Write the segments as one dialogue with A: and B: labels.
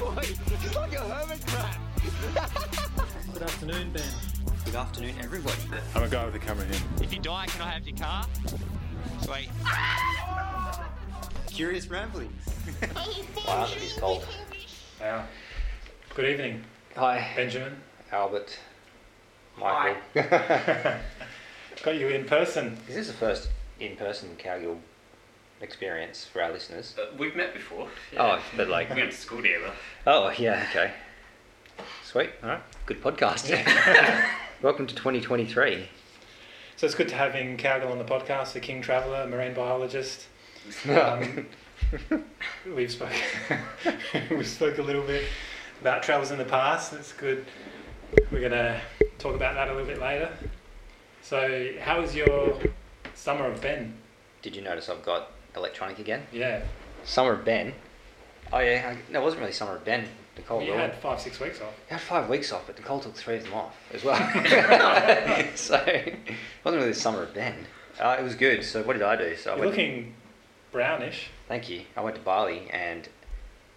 A: It's like a hermit crab.
B: Good afternoon, Ben.
C: Good afternoon, everybody.
D: I'm a guy with a camera here.
A: If you die, can I have your car? Sweet.
C: Curious ramblings.
E: Wow, she's cold.
B: Wow. Good evening,
E: Hi,
B: Benjamin.
E: Albert. Michael.
B: Got you in person.
E: Is this the first in-person Cowgill experience for our listeners?
F: Uh, we've met before.
E: Oh, but like,
F: We went to school together.
E: oh yeah, okay. Sweet. All right. Good podcast. Welcome to 2023.
B: So it's good to have in Cowgill on the podcast a king traveller, marine biologist. Um, we've spoke we spoke a little bit about travels in the past. That's good. We're gonna talk about that a little bit later. So, how was your summer of Ben?
E: Did you notice I've got electronic again?
B: Yeah,
E: Summer of Ben. Oh yeah, I, no, it wasn't really Summer of Ben.
C: Oh,
E: Nicole
B: you
E: ruined-
B: had five six weeks off.
E: I had five weeks off, but Nicole took three of them off as well. so it wasn't really the summer of Ben. Uh, it was good. So what did I do? So I
B: You're
E: went,
B: looking brownish.
E: Thank you. I went to Bali and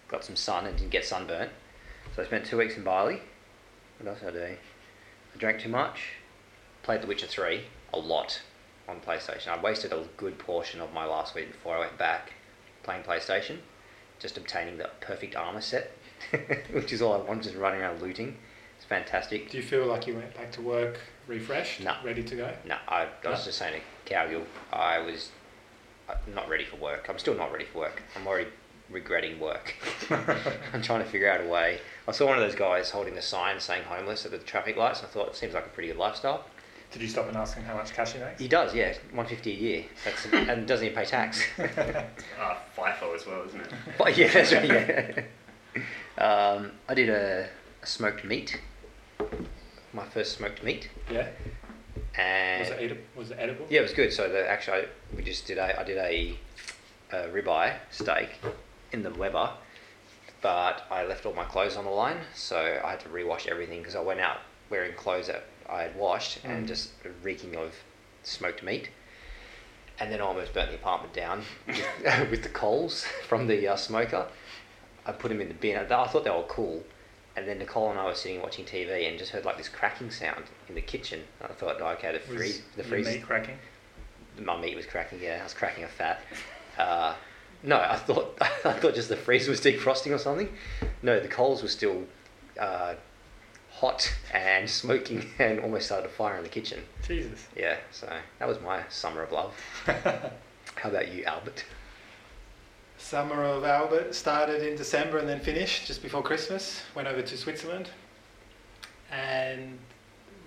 E: got some sun and didn't get sunburnt. So I spent two weeks in Bali. What else did I do? I drank too much. Played The Witcher 3 a lot on PlayStation. I wasted a good portion of my last week before I went back playing PlayStation, just obtaining the perfect armor set, which is all I wanted, just running around looting. It's fantastic.
B: Do you feel like you went back to work refreshed,
E: No.
B: ready to go?
E: No, I, I
B: No.
E: was just saying to Cowgill, I was uh, not ready for work. I'm still not ready for work. I'm already regretting work. I'm trying to figure out a way. I saw one of those guys holding the sign saying homeless at the traffic lights, and I thought, it seems like a pretty good lifestyle.
B: Did you stop and ask him how much cash he makes?
E: He does, yeah, 150 a year. That's, and doesn't even pay tax.
F: Ah, FIFO as well, isn't it?
E: but yeah, that's right, yeah. Um, I did a, a smoked meat, my first smoked meat.
B: Yeah.
E: And
B: Was it, edi- was it edible?
E: Yeah, it was good. So the, actually, I, we just did a I did a, a ribeye steak in the Weber, but I left all my clothes on the line, so I had to rewash everything because I went out wearing clothes that I had washed and
B: Mm.
E: just reeking of smoked meat. And then I almost burnt the apartment down with, with the coals from the uh, smoker. I put them in the bin. I, I thought they were cool. And then Nicole and I were sitting watching TV and just heard like this cracking sound in the kitchen. I thought, "Oh, okay, the
B: Was
E: freeze, the
B: your
E: freeze,
B: meat cracking.
E: my meat was cracking. Yeah, I was cracking a fat. Uh, no, I thought I thought just the freezer was defrosting or something. No, the coals were still uh, hot and smoking, and almost started a fire in the kitchen.
B: Jesus.
E: Yeah, so that was my summer of love. How about you, Albert?
B: Summer of Albert started in December and then finished just before Christmas. Went over to Switzerland. And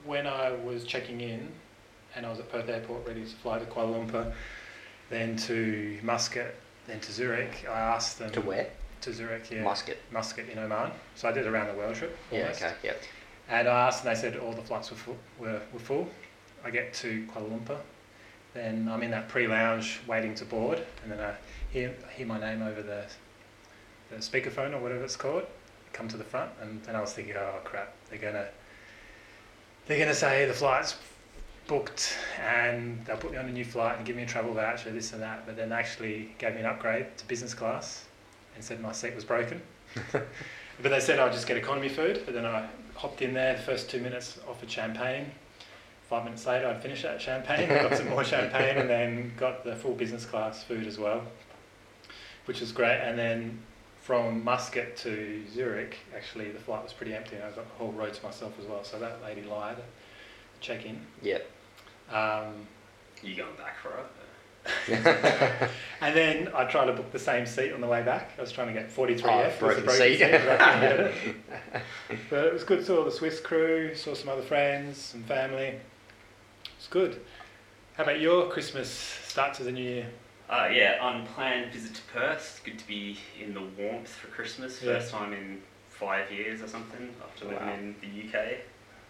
B: when I was checking in and I was at Perth Airport ready to fly to Kuala Lumpur, then to Muscat, then to Zurich, I asked them
E: To where?
B: To Zurich, Um, yeah.
E: Muscat.
B: Muscat in Oman. So I did a round the world trip.
E: Yeah.
B: almost.
E: Okay. Yeah.
B: And I asked, and they said all the flights were full. Were, were full. I get to Kuala Lumpur, then I'm in that pre-lounge waiting to board, and then I hear, hear my name over the, the speakerphone or whatever it's called. Come to the front, and then I was thinking, oh crap, they're gonna they're gonna say the flight's booked, and they'll put me on a new flight and give me a travel voucher, this and that. But then they actually gave me an upgrade to business class, and said my seat was broken. But they said I'll just get economy food. But then I hopped in there. The first two minutes offered champagne. Five minutes later, I'd finished that champagne. Got some more champagne, and then got the full business class food as well, which was great. And then from Muscat to Zurich, actually the flight was pretty empty, and I got the whole road to myself as well. So that lady lied. Check in.
E: Yeah.
B: Um,
F: You going back for it?
B: and then I tried to book the same seat on the way back. I was trying to get 43F.
E: Oh,
B: was the
E: broken seat.
B: but I couldn't get it. But it was good. Saw the Swiss crew, saw some other friends, some family. It's good. How about your Christmas start to the new year?
F: Uh, yeah, unplanned visit to Perth. Good to be in the warmth for Christmas.
B: Yeah.
F: First time in five years or something after living
E: Wow.
F: in the UK.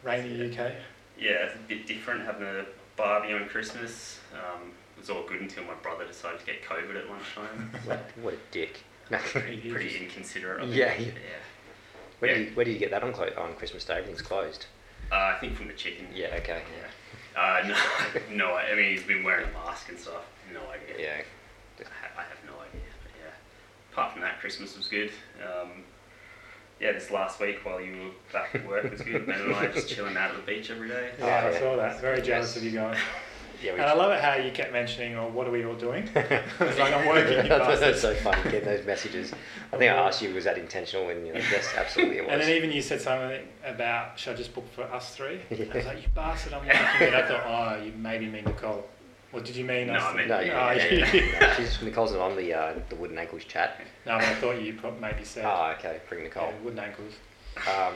B: Rainy UK.
E: Oh,
F: Yeah, it's a bit different having a barbie on Christmas. Um, it was all good until my brother decided to get COVID at lunchtime.
E: What a dick. No.
F: pretty, pretty inconsiderate. of him.
E: Yeah, yeah.
F: yeah.
E: Where, did you, where did you get that on, clo- on Christmas Day? Everything's closed.
F: Uh, I think from the chicken.
E: Yeah. Okay.
F: Yeah. Uh, no, no. I mean, he's been wearing a mask and stuff. No idea.
E: Yeah.
F: I ha- I have no idea, but yeah. Apart from that, Christmas was good. Um, yeah, this last week while you were back at work was good. Ben and I just chilling out at the beach every day.
E: Oh,
B: Yeah, I
E: yeah.
B: saw that. Very jealous of you guys.
E: Yeah, we
B: And I love it how you kept mentioning, "Oh, what are we all doing?" it's like I'm working. You
E: That's
B: bastards.
E: so funny getting those messages. I think I asked you was that intentional, and you're like, yes, absolutely it was.
B: And then even you said something about, should I just book for us three? I was
E: Yeah.
B: like, you bastard, I'm working. And I thought, oh, you maybe mean Nicole. Or did you mean
F: No,
B: us?
F: I meant-
E: no,
B: Oh,
E: yeah, yeah,
B: you-
E: yeah, yeah. she's Nicole's not on the uh, the wooden ankles chat.
B: No, but I thought you prob- maybe said
E: Ah, okay, bring
B: yeah,
E: Nicole.
B: wooden ankles.
E: Um,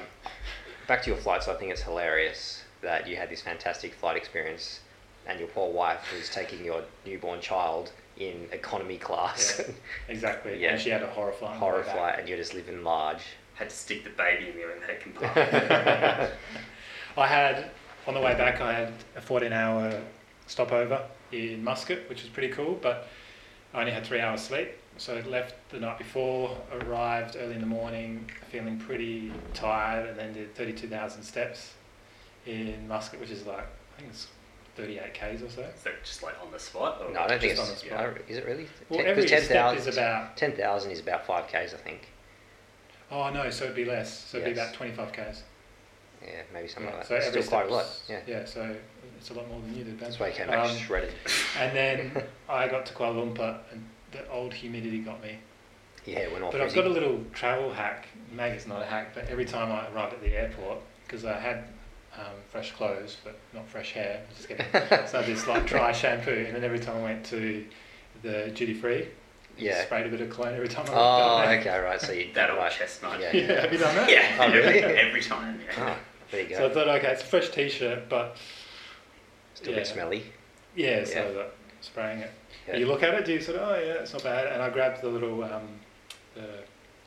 E: back to your flights, I think it's hilarious that you had this fantastic flight experience, and your poor wife was taking your newborn child in economy class,
B: Yeah. Exactly.
E: Yeah.
B: And she had a horror flight. on the way
E: horror
B: back.
E: flight, and you're just living large.
F: Had to stick the baby in the overhead compartment.
B: I had, on the way back, I had a 14 hour stopover in Muscat, which was pretty cool, but I only had three hours sleep. So I left the night before, arrived early in the morning, feeling pretty tired, and then did 32,000 steps in Muscat, which is like, I think it's 38 Ks or so.
F: so just like on the spot. Or
E: No, I don't think
B: Just
E: it's.
B: on the spot.
E: I don't- Is it really?
B: Well,
E: 'cause
B: every step
E: 10,000
B: is about,
E: 10,000 is about 5Ks, I think.
B: oh no, so it'd be less. So it'd
E: Yes.
B: be about 25 Ks.
E: Yeah, maybe something like
B: so
E: that.
B: every
E: Still quite a lot.
B: step's-
E: Yeah.
B: Yeah, so it's a lot more than you did, Ben.
E: That's why I came back
B: Um,
E: shredded.
B: And then I got to Kuala Lumpur and the old humidity got me.
E: Yeah, we're not
B: But I've got a little travel hack. Maybe it's not a hack, but every time I arrived at the airport, because I had um, fresh clothes but not fresh hair, I was just getting, so I had this like dry shampoo. And then every time I went to the duty free,
E: Yeah.
B: sprayed a bit of cologne every time I
E: Oh,
B: went down
E: okay, right. So you
F: That old
E: right.
F: chestnut.
E: Yeah.
B: there. Yeah, have you done that?
F: Yeah,
E: Oh, really?
F: every time. Yeah.
E: Oh, there you go.
B: So I thought, okay, it's a fresh T-shirt, but
E: Still a
B: yeah.
E: bit smelly.
B: yeah, so
E: Yeah.
B: I was, like, spraying it.
E: Yeah.
B: You look at it, do you sort of, oh yeah, it's not bad? And I grabbed the little, um, the,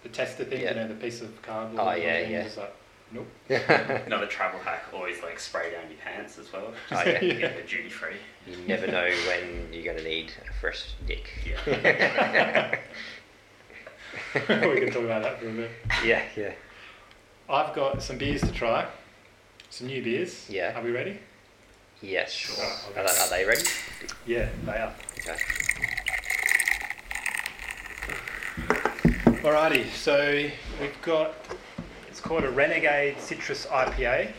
B: the tester thing,
E: Yeah.
B: you know, the piece of cardboard.
E: Oh,
B: or
E: yeah,
B: something,
E: yeah.
B: Just like, nope.
F: Another travel hack: always like spray down your pants as well.
E: Oh, yeah.
F: You Get the duty free.
E: You never know when you're going to need a fresh dick.
F: Yeah.
B: we can talk about that for a bit.
E: Yeah, yeah.
B: I've got some beers to try, some new beers.
E: Yeah.
B: Are we ready?
E: Yes.
B: Sure.
E: Are, they, are they ready?
B: Yeah, they are.
E: Okay.
B: Alrighty, so we've got it's called a Renegade Citrus IPA,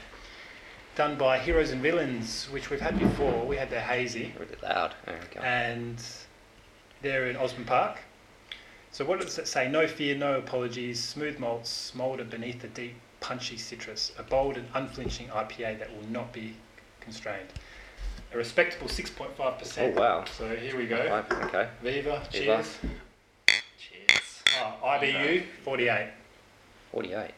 B: done by Heroes and Villains, which we've had before. We had their hazy.
E: Really loud. Oh, okay.
B: and they're in Osmond Park. So what does it say? No fear, no apologies. Smooth malts moulder beneath the deep, punchy citrus. A bold and unflinching IPA that will not be constrained. A respectable 6.5%.
E: Oh, wow.
B: So here we go.
E: Five, okay.
B: Viva,
E: Viva.
B: cheers.
F: Cheers.
B: Oh, IBU 48.
E: 48.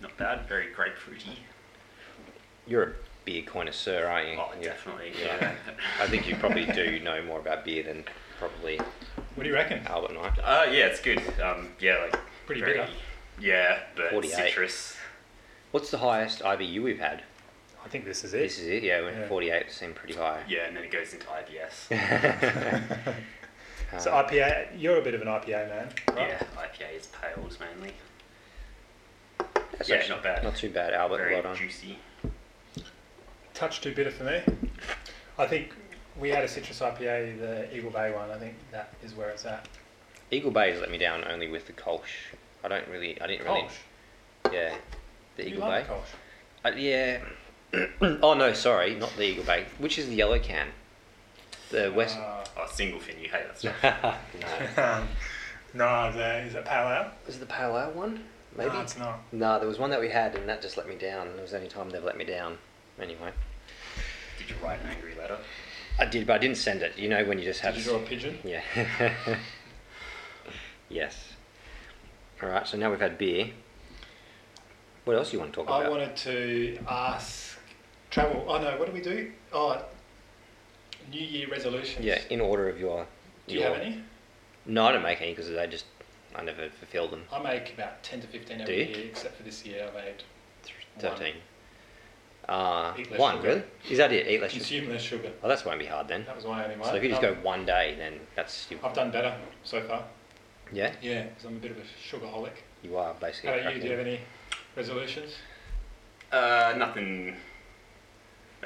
F: Not bad. Very grapefruity.
E: You're a beer connoisseur, aren't you?
F: Oh,
E: Yeah.
F: definitely.
E: Yeah. I think you probably do know more about beer than probably
B: What do you reckon?
E: Albert and I.
F: Uh, yeah, it's good. Um, yeah, like
B: Pretty
F: very-
B: bitter.
F: Yeah, but
E: 48.
F: citrus.
E: What's the highest IBU we've had?
B: I think this is
E: This is it, yeah, we're
B: Yeah.
E: 48, seemed pretty high.
F: Yeah, and then it goes into IBS.
E: Uh,
B: So IPA, you're a bit of an IPA man, right?
F: Yeah, IPA is pales mainly.
E: that's
F: yeah,
E: actually
F: not bad.
E: Not too bad, Albert.
F: Very
E: well done.
F: juicy.
B: touch too bitter for me. I think we had a citrus IPA, the Eagle Bay one. I think that is where it's at.
E: Eagle Bay has let me down only with the Kolsch. I don't really, I didn't really.
B: Kolsch.
E: Yeah. The
B: You
E: Eagle
B: like
E: Bay?
B: Kolsch.
E: Uh, yeah. oh, no, sorry, not the Eagle Bay. Which is the yellow can? The West.
B: Uh,
F: Oh, single fin, you hate that stuff.
E: no.
B: no, the, is it Pale Ale?
E: Was it the Pale Ale one? Maybe?
B: No, it's not.
E: No, there was one that we had and that just let me down. It was the only time they've let me down. Anyway.
F: Did you write an angry letter?
E: I did, but I didn't send it. You know when you just have.
B: Did you draw a pigeon?
E: Yeah. yes. All right. So now we've had beer. What else do you want to talk
B: I
E: about?
B: wanted to ask travel. Oh no, what do we do? Oh, New Year resolutions.
E: Yeah, in order of your.
B: Do you
E: your-
B: have any?
E: No, I don't make any because I just I never fulfill them.
B: I make about ten to fifteen
E: Do
B: every
E: you?
B: year, except for this year I made
E: Th-
B: One.
E: Thirteen. Uh,
B: Eat less
E: one
B: sugar.
E: really? Is that it? Eat less sugar.
B: consume less sugar.
E: Oh, that's won't be hard then.
B: That was my only one.
E: So if you just
B: Um,
E: go one day, then that's you.
B: I've done better so far.
E: Yeah,
B: Yeah, because I'm a bit of a sugarholic.
E: you are basically.
B: How about you?
E: cracking.
B: Do you have any resolutions?
F: Uh, nothing.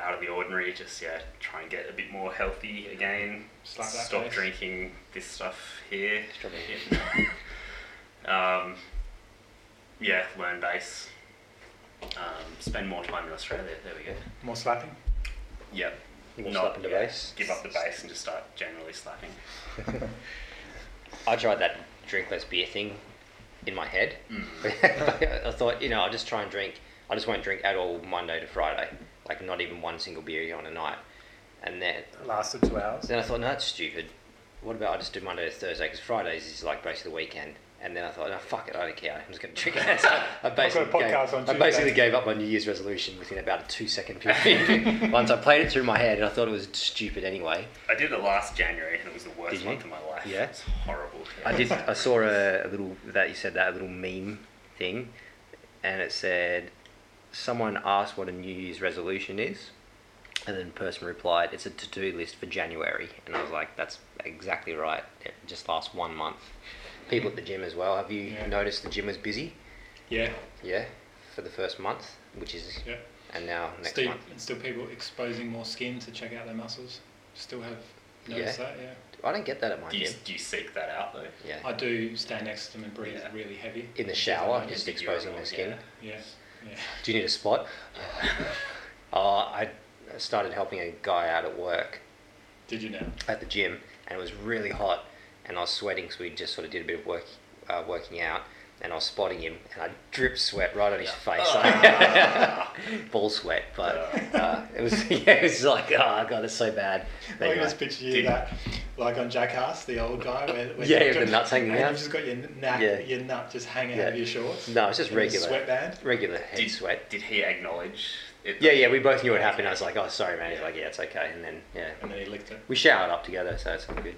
F: out of the ordinary. Just yeah, try and get a bit more healthy again.
B: Slap that
F: Stop
B: face.
F: drinking this stuff here.
E: Stop it.
F: Yeah. um, yeah, learn bass. Um, spend more time in Australia. There we go.
B: More slapping.
F: Yep.
E: More
F: Not-
E: slapping to
F: yeah,
E: bass.
F: Give up the bass and just start generally slapping.
E: I tried that drink less beer thing in my head.
B: Mm.
E: I thought, you know, I'll just try and drink. I just won't drink at all Monday to Friday, like not even one single beer on a night. And then,
B: Lasted two hours.
E: then I thought, no, that's stupid. What about I just do Monday to Thursday because Fridays is like basically the weekend. And then I thought, no, fuck it, I don't care. I'm just going to drink it. So I basically,
B: podcast on
E: gave, I basically
B: Tuesday.
E: gave up my New Year's resolution within about a two second period. Once I played it through my head, and I thought it was stupid anyway.
F: I did it last January and it was the
E: Did
F: worst
E: you?
F: month of my life.
E: Yeah.
F: It's horrible.
E: I did. I saw a, a little that you said that a little meme thing, and it said someone asked what a New Year's resolution is, and then the person replied, "It's a to-do list for January." And I was like, "That's exactly right. It just lasts one month." People at the gym as well. Have you
B: Yeah.
E: noticed the gym was busy?
B: Yeah,
E: Yeah, for the first month, which is
B: yeah.
E: and now next
B: still,
E: month.
B: and still people exposing more skin to check out their muscles. Still have noticed that. Yeah.
E: I don't get that at my
F: Do you,
E: gym.
F: do you seek that out though?
E: Yeah,
B: I do stand next to them and breathe
F: Yeah.
B: really heavy.
E: in the shower,
B: Yeah.
E: just
F: the
E: exposing my
F: urinal,
E: skin.
F: yeah.
B: Yeah. Yeah.
E: Do you need a spot? uh, I started helping a guy out at work
B: Did you now?
E: at the gym, and it was really hot, and I was sweating, so we just sort of did a bit of work, uh, working out, and I was spotting him, and I dripped sweat right on his face, like, ball sweat, but uh, it was yeah, it was like oh god, it's so bad. But
B: I can
E: anyway,
B: just picture you
F: did-
B: that, like on Jackass, the old guy, where, where
E: Yeah,
B: you've
E: with the
B: got-
E: nuts hanging
B: and
E: out.
B: You've just got your nut,
E: Yeah.
B: your nut just hanging out of
E: Yeah.
B: your shorts.
E: no, it's just
B: And a
E: regular
B: sweatband.
E: regular head
F: Did,
E: sweat.
F: did he acknowledge it?
E: Yeah, yeah, we both knew it happened. I was like, oh sorry, man. He's like, yeah, it's okay, and then yeah,
B: And then he licked it.
E: we showered up together, so it's all good.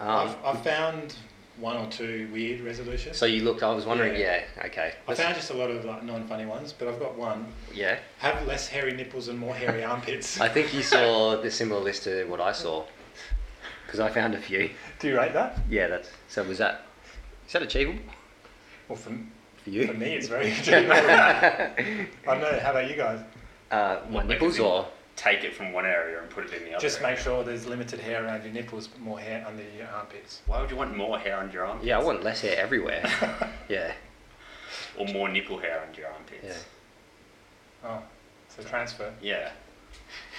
E: Um,
B: I've, I've found one or two weird resolutions.
E: So you looked. I was wondering. Yeah.
B: Yeah.
E: okay.
B: I
E: Let's-
B: found just a lot of like non-funny ones, but I've got one.
E: yeah.
B: Have less hairy nipples and more hairy armpits.
E: I think you saw the similar list to what I saw, because I found a few.
B: Do you rate that?
E: Yeah. That's. So was that? Is that achievable
B: Well, for, m-
E: for
B: for
E: you?
B: me, it's very. I don't know. How about you guys?
E: Uh, my
F: What
E: nipples
F: magazine?
E: or
F: Take it from one area and put it in the other.
B: Just
F: area.
B: make sure there's limited hair around your nipples, but more hair under your armpits.
F: Why would you want more hair on your arm?
E: yeah, I want less hair everywhere. yeah.
F: Or more nipple hair on your armpits.
B: Oh, so transfer.
F: Yeah.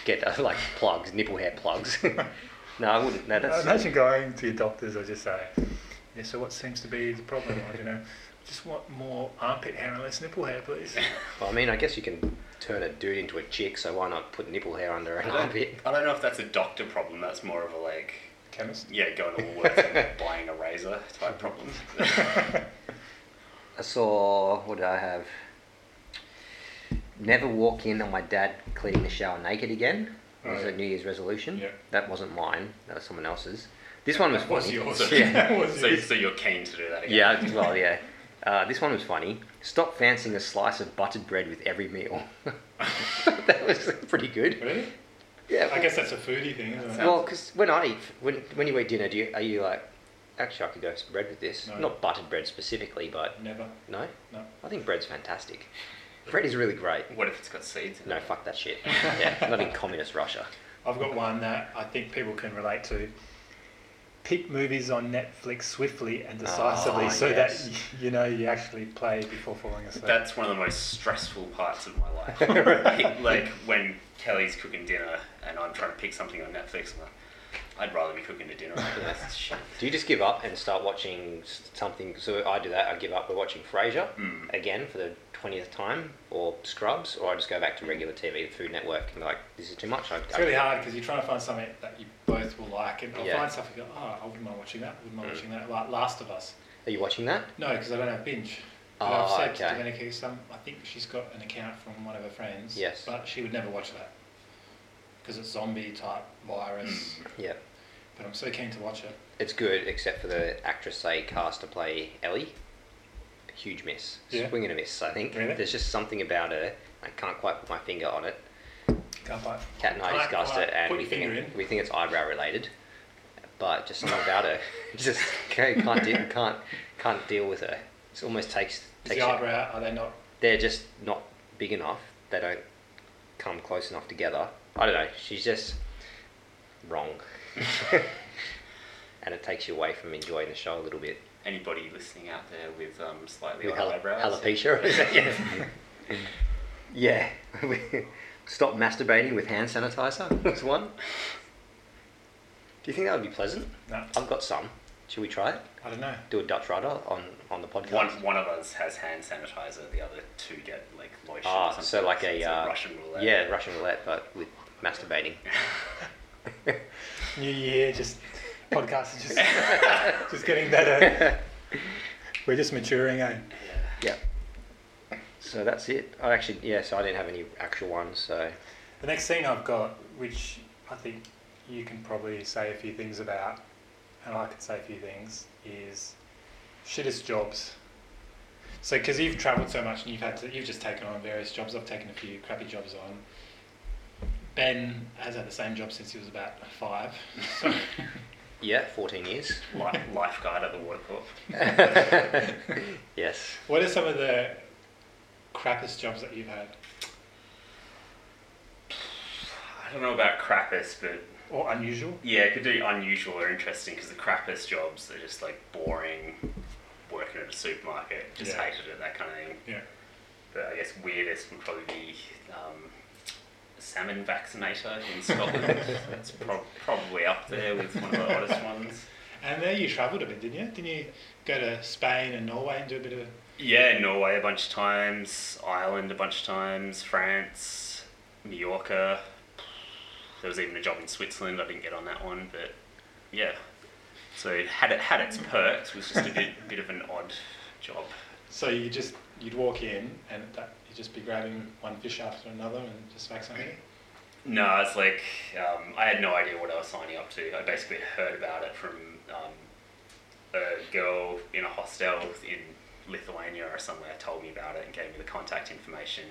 E: Get uh, like plugs, nipple hair plugs. no, I wouldn't. No, that's.
B: Imagine going to your doctors or just say, yeah, so what seems to be the problem? I don't know. Just want more armpit hair and less nipple hair, please.
E: Well, I mean, I guess you can turn a dude into a chick, so why not put nipple hair under an
F: I don't,
E: armpit?
F: I don't know if that's a doctor problem. That's more of a like,
B: Chemist?
F: yeah, going to Woolworths and buying a razor type problem.
E: I saw. What did I have? Never walk in on my dad cleaning the shower naked again. It was
B: Oh, yeah.
E: a New Year's resolution.
B: Yeah.
E: That wasn't mine. That was someone else's. This one was
B: That was
E: funny.
B: yours.
E: Yeah.
B: That was
F: so,
B: yours.
F: so you're keen to do that again?
E: yeah. it's- Well, yeah. Uh, this one was funny. Stop fancying a slice of buttered bread with every meal. that was pretty good.
B: Really?
E: Yeah.
B: I guess that's a foodie thing, isn't it?
E: Well, because when I eat, when when you eat dinner, do you, are you like, actually, I could go for some bread with this?
B: No.
E: Not buttered bread specifically, but
B: Never.
E: no.
B: No.
E: I think bread's fantastic. Bread is really great.
F: What if it's got seeds in
E: No,
F: it?
E: fuck that shit. Yeah, not in communist Russia.
B: I've got one that I think people can relate to. Pick movies on Netflix swiftly and decisively
E: Ah,
B: so
E: yes.
B: that y- you know you actually play before falling asleep.
F: That's one of the most stressful parts of my life. like when Kelly's cooking dinner and I'm trying to pick something on Netflix, I'm like, I'd rather be cooking a dinner. after this shit.
E: Do you just give up and start watching s- something? So I do that. I give up. We're watching Frasier
B: Hmm.
F: Mm.
E: again for the twentieth time, or Scrubs, or I just go back to regular TV, the Food Network, and be like, this is too much. I,
B: It's really hard because you're trying to find something that you both will like, and I'll
E: Yeah. Mm.
B: find stuff you go, oh, I wouldn't mind watching that, wouldn't mind watching that. Like Last of Us.
E: Are you watching that?
B: No, because I don't have binge. But
E: Oh,
B: I've said to
E: okay.
B: Dominica, some, I think she's got an account from one of her friends.
E: Yes.
B: But she would never watch that because it's zombie type virus.
E: Yeah,
B: But I'm so keen to watch it.
E: it's good except for the actress they cast to play Ellie. Huge miss,
B: Yeah.
E: swing and a miss. I think
B: Really?
E: there's just something about her. I can't quite put my finger on it.
B: Can't buy it.
E: Cat and I
B: Alright,
E: discussed
B: alright,
E: it, and
B: put
E: we
B: your
E: think
B: finger
E: it,
B: in.
E: we think it's eyebrow related, but just something about her. Just can't can't deal, can't can't deal with her. It almost takes
B: Is
E: takes.
B: the
E: you-
B: eyebrow, are they not?
E: They're just not big enough. They don't come close enough together. I don't know. She's just wrong, and it takes you away from enjoying the show a little bit.
F: Anybody listening out there with um, slightly
E: With
F: high
E: hal-
F: eyebrows?
E: alopecia. yeah. yeah. Stop masturbating with hand sanitizer. That's one. Do you think that would be pleasant?
B: No,
E: I've got some. Should we try it?
B: I don't know.
E: Um, Do a Dutch rudder on on the podcast.
F: One, one of us has hand sanitizer, the other two get like lotion. or
E: Ah,
F: something.
E: so like a
F: It's
E: uh,
F: Russian roulette.
E: Yeah, Russian roulette, but with masturbating.
B: New year, just podcasts are just just getting better. We're just maturing, eh?
F: Yeah.
E: Yeah. So that's it. I actually, yeah, so I didn't have any actual ones, so.
B: The next thing I've got, which I think you can probably say a few things about, and I could say a few things, is shittest jobs. So, because you've travelled so much and you've had to, you've just taken on various jobs. I've taken a few crappy jobs on. Ben has had the same job since he was about five. So,
E: Yeah, 14 years.
F: Life, lifeguard at the Water Corp.
E: yes.
B: what are some of the crappiest jobs that you've had,
F: I don't know about crappest, but
B: or unusual?
F: yeah, it could be unusual or interesting because the crappest jobs are just like boring, working at a supermarket. Just
B: Yeah.
F: hated it, that kind of thing.
B: Yeah.
F: But I guess weirdest would probably be um, salmon vaccinator in Scotland. That's prob probably up there with one of the oddest ones.
B: And there you travelled a bit, didn't you? Didn't you go to Spain and Norway and do a bit of?
F: Yeah, Norway a bunch of times, Ireland a bunch of times, France, Mallorca. There was even a job in Switzerland. I didn't get on that one, but yeah. So it had it had its perks. Was just a bit bit of an odd job.
B: So you just you'd walk in and that, you'd just be grabbing one fish after another and just vaccinating. it?
F: No, it's like um, I had no idea what I was signing up to. I basically heard about it from um, a girl in a hostel in Lithuania or somewhere told me about it and gave me the contact information.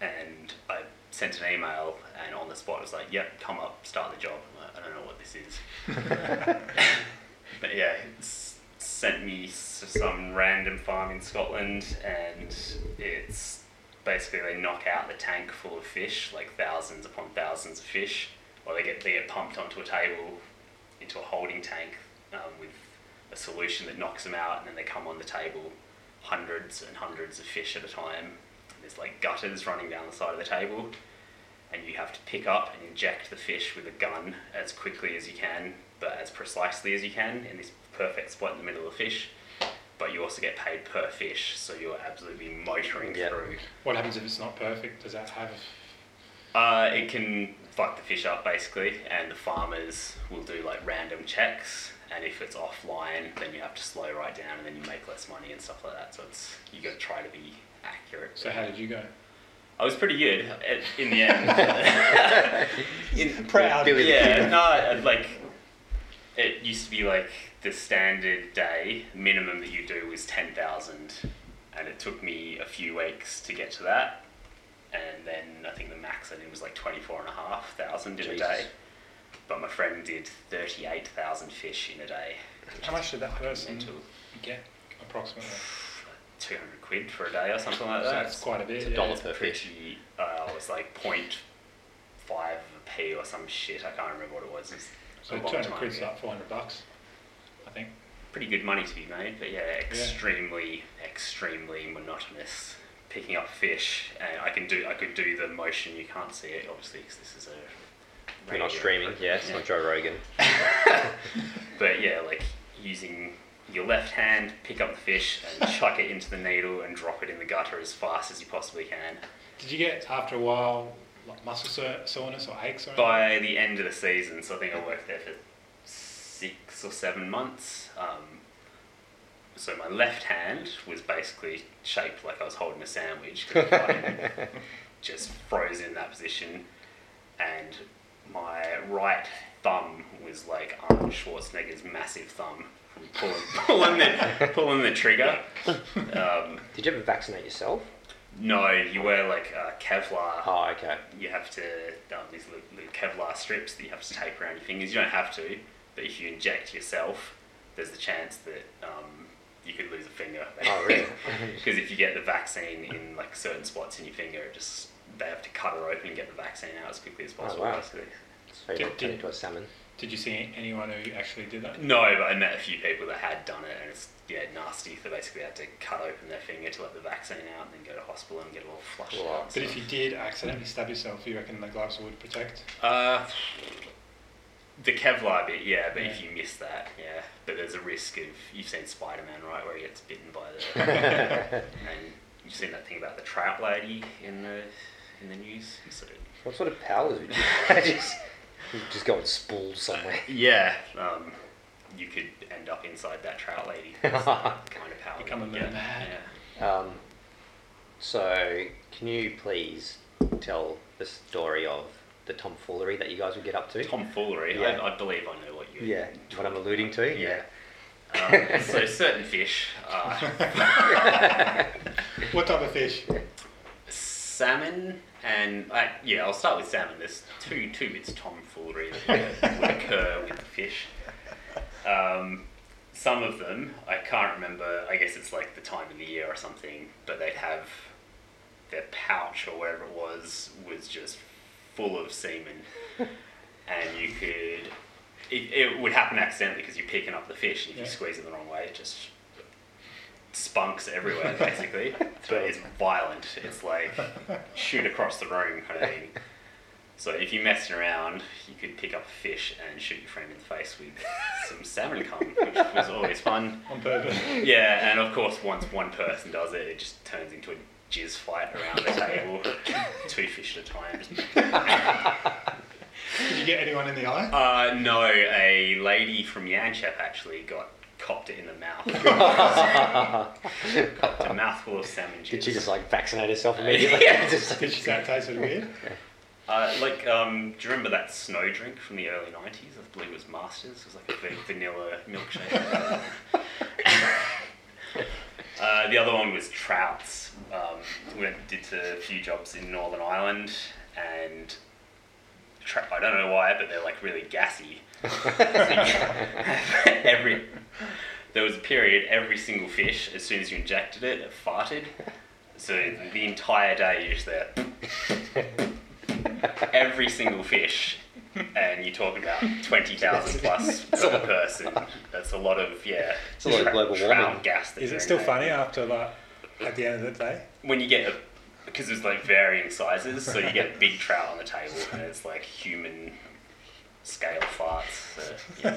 F: And I sent an email, and on the spot, it was like, "Yep, come up, start the job." I'm like, I don't know what this is. But yeah, it's sent me s- some random farm in Scotland, and it's basically they knock out the tank full of fish, like thousands upon thousands of fish, or they get they get pumped onto a table, into a holding tank um, with a solution that knocks them out, and then they come on the table, hundreds and hundreds of fish at a time. And there's like gutters running down the side of the table, and you have to pick up and inject the fish with a gun as quickly as you can, but as precisely as you can in this perfect spot in the middle of the fish. But you also get paid per fish, so you're absolutely motoring
E: Yeah.
F: through.
B: What happens if it's not perfect? Does that have?
F: Uh, it can fuck the fish up basically, and the farmers will do like random checks. And if it's offline, then you have to slow right down, and then you make less money and stuff like that. So it's you got to try to be accurate.
B: So how did you go?
F: I was pretty good at, in the end. in,
B: Proud.
E: Billy the
F: yeah,
E: Kid.
F: no, I- like it used to be like the standard day minimum that you do was ten thousand, and it took me a few weeks to get to that, and then I think the max I did was like twenty four and a half thousand in a
E: Jesus.
F: day, but my friend did thirty eight thousand fish in a day.
B: How much did that person
F: Mental,
B: get approximately?
F: two hundred quid for a day or something like
B: so
F: that.
B: that's quite a bit.
E: It's a
B: yeah.
E: dollar per fish.
F: pretty. Uh, it was like point five p or some shit. I can't remember what it was. It was
B: So
F: a long
B: two hundred
F: time
B: quid's
F: ago.
B: like four hundred bucks, I think.
F: Pretty good money to be made, but yeah, extremely, extremely monotonous. Picking up fish, and I can do. I could do the motion. You can't see it obviously because this is a.
E: We're not
F: radio.
E: streaming, yeah, it's not Joe Rogan.
F: But yeah, like using your left hand, pick up the fish and chuck it into the needle and drop it in the gutter as fast as you possibly can.
B: Did you get after a while like muscle sore- soreness or aches or? anything?
F: by the end of the season, so I think I worked there for six or seven months. Um, so my left hand was basically shaped like I was holding a sandwich, 'cause I just froze in that position, and my right thumb was like Arnold Schwarzenegger's massive thumb, from pulling pulling the pulling the trigger. Um,
E: Did you ever vaccinate yourself?
F: no, you wear like uh, Kevlar
E: Oh, okay.
F: you have to um, these little, little Kevlar strips that you have to tape around your fingers. You don't have to, but if you inject yourself, there's the chance that um, you could lose a finger.
E: Oh, really?
F: Because if you get the vaccine in like certain spots in your finger, it just they have to cut her open and get the vaccine out as quickly as possible.
E: Oh, wow.
F: basically.
E: So you
B: Did-
E: don't turn
B: did-
E: into a salmon.
B: Did you see anyone who actually did that?
F: No, but I met a few people that had done it, and it's yeah nasty. They basically had to cut open their finger to let the vaccine out, and then go to hospital and get it all flushed
E: Wow.
F: out.
B: But if you did accidentally stab yourself, you reckon the gloves would protect?
F: Uh, the Kevlar bit, yeah, but if
B: Yeah.
F: you miss that, yeah. But there's a risk of you've seen Spider Man, right, where he gets bitten by the and you've seen that thing about the trout lady in the in the news. You sort of-
E: What sort of powers would you have? just, you just go and spool somewhere.
F: yeah, um, you could end up inside that trout lady. That's that kind of power.
B: Become a
F: yeah,
B: merman.
F: yeah.
E: Um, so, can you please tell the story of the tomfoolery that you guys would get up to?
F: Tomfoolery.
E: Yeah.
F: I, I believe I know what you.
E: yeah, what I'm alluding to.
F: Yeah. Um, so certain fish. Uh,
B: What type of fish?
F: salmon and uh, yeah, I'll start with salmon. There's two two bits of tomfoolery that would occur with the fish. Um, some of them I can't remember. I guess it's like the time of the year or something. But they'd have their pouch or wherever it was was just full of semen, and you could. It, it would happen accidentally because you're picking up the fish, and if
B: Yeah.
F: you squeeze it the wrong way, it just spunks everywhere basically. but it's violent. It's like shoot across the room kind of thing. So if you messed around, you could pick up a fish and shoot your friend in the face with some salmon cum, which was always fun.
B: On purpose.
F: Yeah, and of course, once one person does it, it just turns into a jizz fight around the table, two fish at a time.
B: Did you get anyone in the eye?
E: Oh.
F: Uh, no, a lady from Yanchep actually got copped it in the mouth. copped a mouthful of salmon juice.
E: Did she just like vaccinate herself immediately?
F: yeah.
E: Just-
B: Did you say it tasted weird?
F: Uh, like, um, do you remember that snow drink from the early 90s? I believe it was Masters. It was like a big vanilla milkshake. uh, the other one was Trouts. Um, we went- did a few jobs in Northern Ireland and tra- I don't know why, but they're like really gassy. every There was a period, every single fish, as soon as you injected it, it farted. So the entire day you're just uh, there every single fish, and you're talking about twenty thousand plus per person. That's a lot of yeah.
E: It's a lot of global
F: trout
E: warming.
F: gas. that
B: Is
F: you're
B: it still
F: inhaling.
B: funny after like at the end of the day?
F: when you get a because there's like varying sizes, so you get a big trout on the table, and it's like human scale farts.
E: Uh,
F: So, yeah,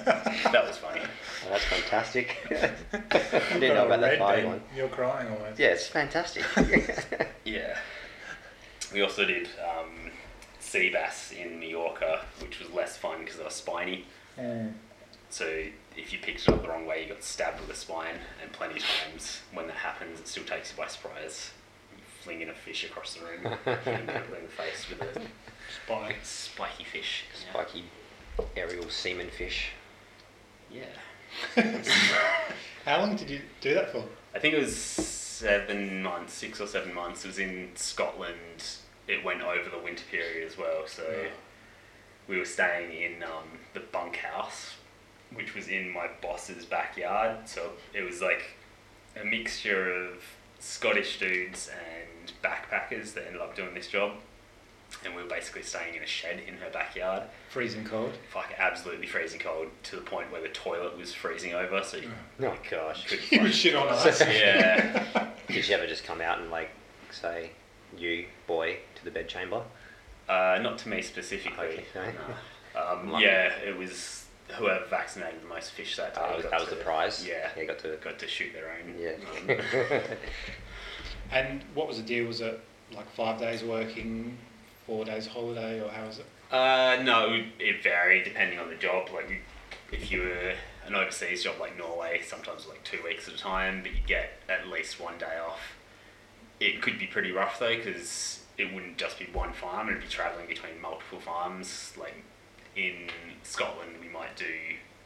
F: that was funny.
E: Oh, that's fantastic. I didn't know about that
B: Red
E: party
B: bean.
E: one.
B: You're crying almost.
E: Yeah, it's fantastic.
F: Yeah. We also did um, sea bass in Majorca, which was less fun because they were spiny.
B: Mm.
F: So if you picked it up the wrong way, you got stabbed with a spine, and plenty of times when that happens, it still takes you by surprise. Flinging a fish across the room, hitting people in the face with a
B: Spy.
F: spiky fish. yeah.
E: Spiky aerial seaman fish.
F: Yeah.
B: How long did you do that for?
F: I think it was seven months, six or seven months. It was in Scotland. It went over the winter period as well, so
B: Yeah.
F: we were staying in um, the bunkhouse, which was in my boss's backyard. So it was like a mixture of Scottish dudes and backpackers that ended up doing this job. And we were basically staying in a shed in her backyard.
B: Freezing cold.
F: Fuck, absolutely freezing cold to the point where the toilet was freezing over, so you
E: Oh gosh.
F: couldn't
B: You
F: flush.
B: shit on us.
F: Yeah.
E: Did she ever just come out and like say, "You boy, to the bedchamber"?
F: Uh, not to me specifically.
E: Okay.
F: no. Um,
E: Lucky.
F: yeah, it was whoever vaccinated the most fish that day.
E: Uh,
F: got
E: that was
F: to-
E: the prize.
F: Yeah,
E: Yeah, got to.
F: got to shoot their own.
E: Yeah.
F: Um,
B: And what was the deal? Was it like five days working, four days holiday, or how was it?
F: Uh, no, it varied depending on the job. Like, we- if you were an overseas job like Norway, sometimes like two weeks at a time, but you get at least one day off. It could be pretty rough though, because it wouldn't just be one farm, it'd be travelling between multiple farms. Like, in Scotland, we might do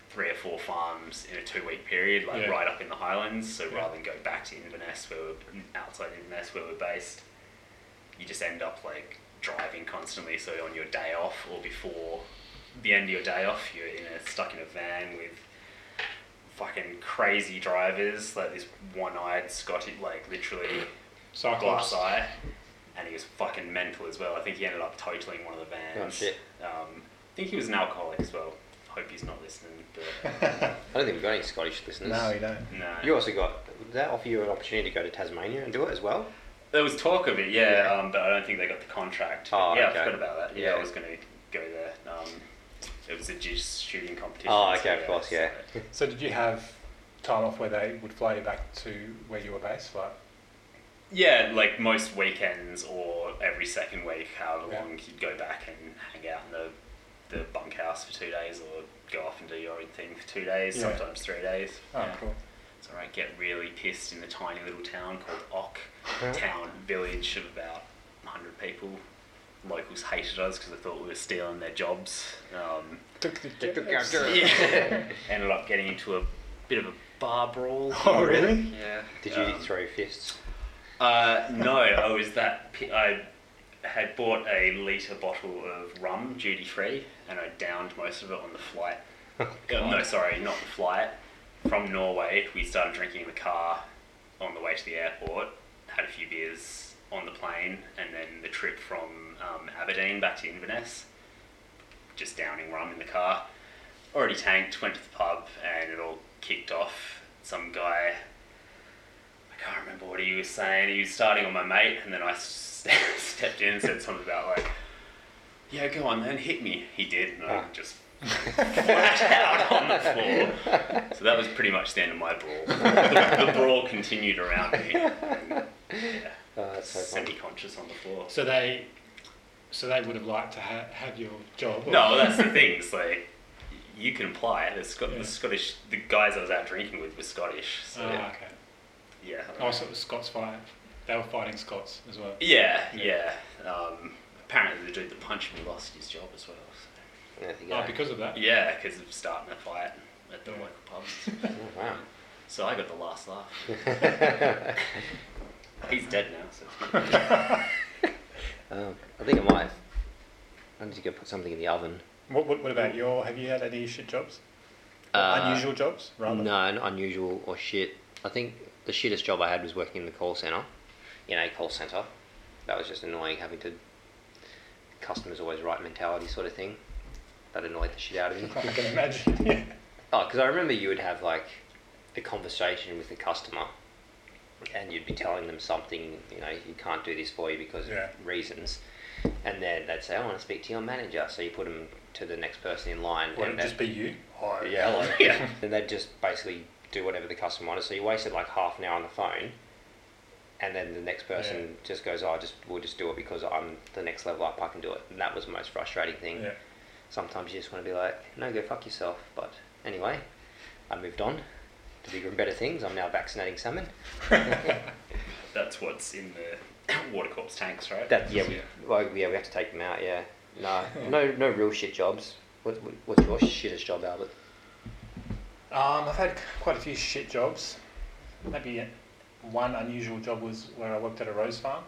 F: three or four farms in a two week period, like
B: Yeah.
F: right up in the Highlands. So
B: Yeah.
F: rather than go back to Inverness, where we're outside Inverness, where we're based, you just end up like driving constantly. So on your day off or before the end of your day off, you're in a, stuck in a van with fucking crazy drivers, like this one-eyed Scottish, like literally
B: Cyclops.
F: glass eye. and he was fucking mental as well. I think he ended up totaling one of the vans.
E: Oh, shit.
F: Um, I think he was an alcoholic as well. Hope he's not listening. But
E: I don't think we've got any Scottish listeners.
B: no, you don't.
F: no.
E: You also got did that offer you an opportunity to go to Tasmania and do it as well.
F: There was talk of it, yeah,
E: Yeah.
F: Um, but I don't think they got the contract.
E: Oh,
F: yeah,
E: okay.
F: I forgot about that. Yeah,
E: Yeah.
F: I was going to go there. Um, it was a juice shooting competition.
E: Oh,
F: so
E: okay, of course, yeah.
F: so-
B: So did you have time off where they would fly you back to where you were based? Like,
F: Yeah, like most weekends or every second week, however
B: Yeah.
F: long you'd go back and hang out in the, the bunkhouse for two days or go off and do your own thing for two days,
B: Yeah.
F: sometimes three days.
B: oh,
F: Yeah.
B: cool.
F: So I get really pissed in the tiny little town called Ock, town village of about 100 people. Locals hated us because they thought we were stealing their jobs. Um,
B: Took the
F: yeah. Ended up getting into a bit of a bar brawl.
B: Oh, really?
F: Yeah.
E: Did you
F: Um,
E: throw your fists?
F: Uh, no, I was that. pi- I had bought a litre bottle of rum duty free and I downed most of it on the flight. Uh, no, sorry, not the flight. From Norway, we started drinking in the car on the way to the airport, had a few beers on the plane, and then the trip from um, Aberdeen back to Inverness, just downing rum in the car. Already tanked, went to the pub, and it all kicked off. Some guy I can't remember what he was saying. He was starting on my mate, and then I s- stepped in and said something about like, "Yeah, go on then, hit me." He did, and I
E: Ah.
F: just flat out on the floor. So that was pretty much the end of my brawl. the, the brawl continued around me. and, yeah,
E: Oh, that's so funny.
F: semi-conscious on the floor.
B: So they, so they would have liked to ha- have your job. or-
F: No, that's the thing. It's like you can apply. The, Sc-
B: Yeah.
F: the Scottish, the guys I was out drinking with were Scottish. So
B: Oh, okay.
F: yeah.
B: Oh, so it was Scots fight. They were fighting Scots as well.
F: Yeah,
B: Yeah.
F: yeah. Um, apparently, the dude that punched me lost his job as well. So.
E: There you
B: Oh,
E: go.
B: because of that.
F: Yeah, because of starting a fight at the
B: Yeah.
F: local pubs.
E: Oh, wow.
F: so I got the last laugh. He's dead now, so. it's not-
E: Um, I think I might. I need to go put something in the oven.
B: What, what, what about your? Have you had any shit jobs?
E: Uh,
B: Unusual jobs, rather.
E: No, not unusual or shit. I think the shittest job I had was working in the call center, in a call center. That was just annoying, having to customers always right mentality sort of thing. That annoyed the shit out of me.
B: I can imagine. Yeah.
E: Oh, because I remember you would have like a conversation with the customer, and you'd be telling them something. You know, you can't do this for you because
B: Yeah.
E: of reasons. And then they'd say, "Oh, "I want to speak to your manager," so you put them to the next person in line.
B: Would
E: and
B: it
E: that-
B: just be you? Oh,
E: yeah, hello.
F: Yeah.
E: and they'd just basically do whatever the customer wanted. So you wasted like half an hour on the phone, and then the next person just goes, "Oh, I just we'll just do it because I'm the next level up. I can do it." And that was the most frustrating thing.
B: Yeah.
E: Sometimes you just want to be like, "No, go fuck yourself." But anyway, I moved on to bigger and better things. I'm now vaccinating salmon.
F: That's what's in the Water Corps tanks, right?
E: That yeah, we well, yeah we have to take them out. Yeah, no, no, no real shit jobs. What, what, what's your shittest job, Albert?
B: Um, I've had quite a few shit jobs. Maybe one unusual job was where I worked at a rose farm,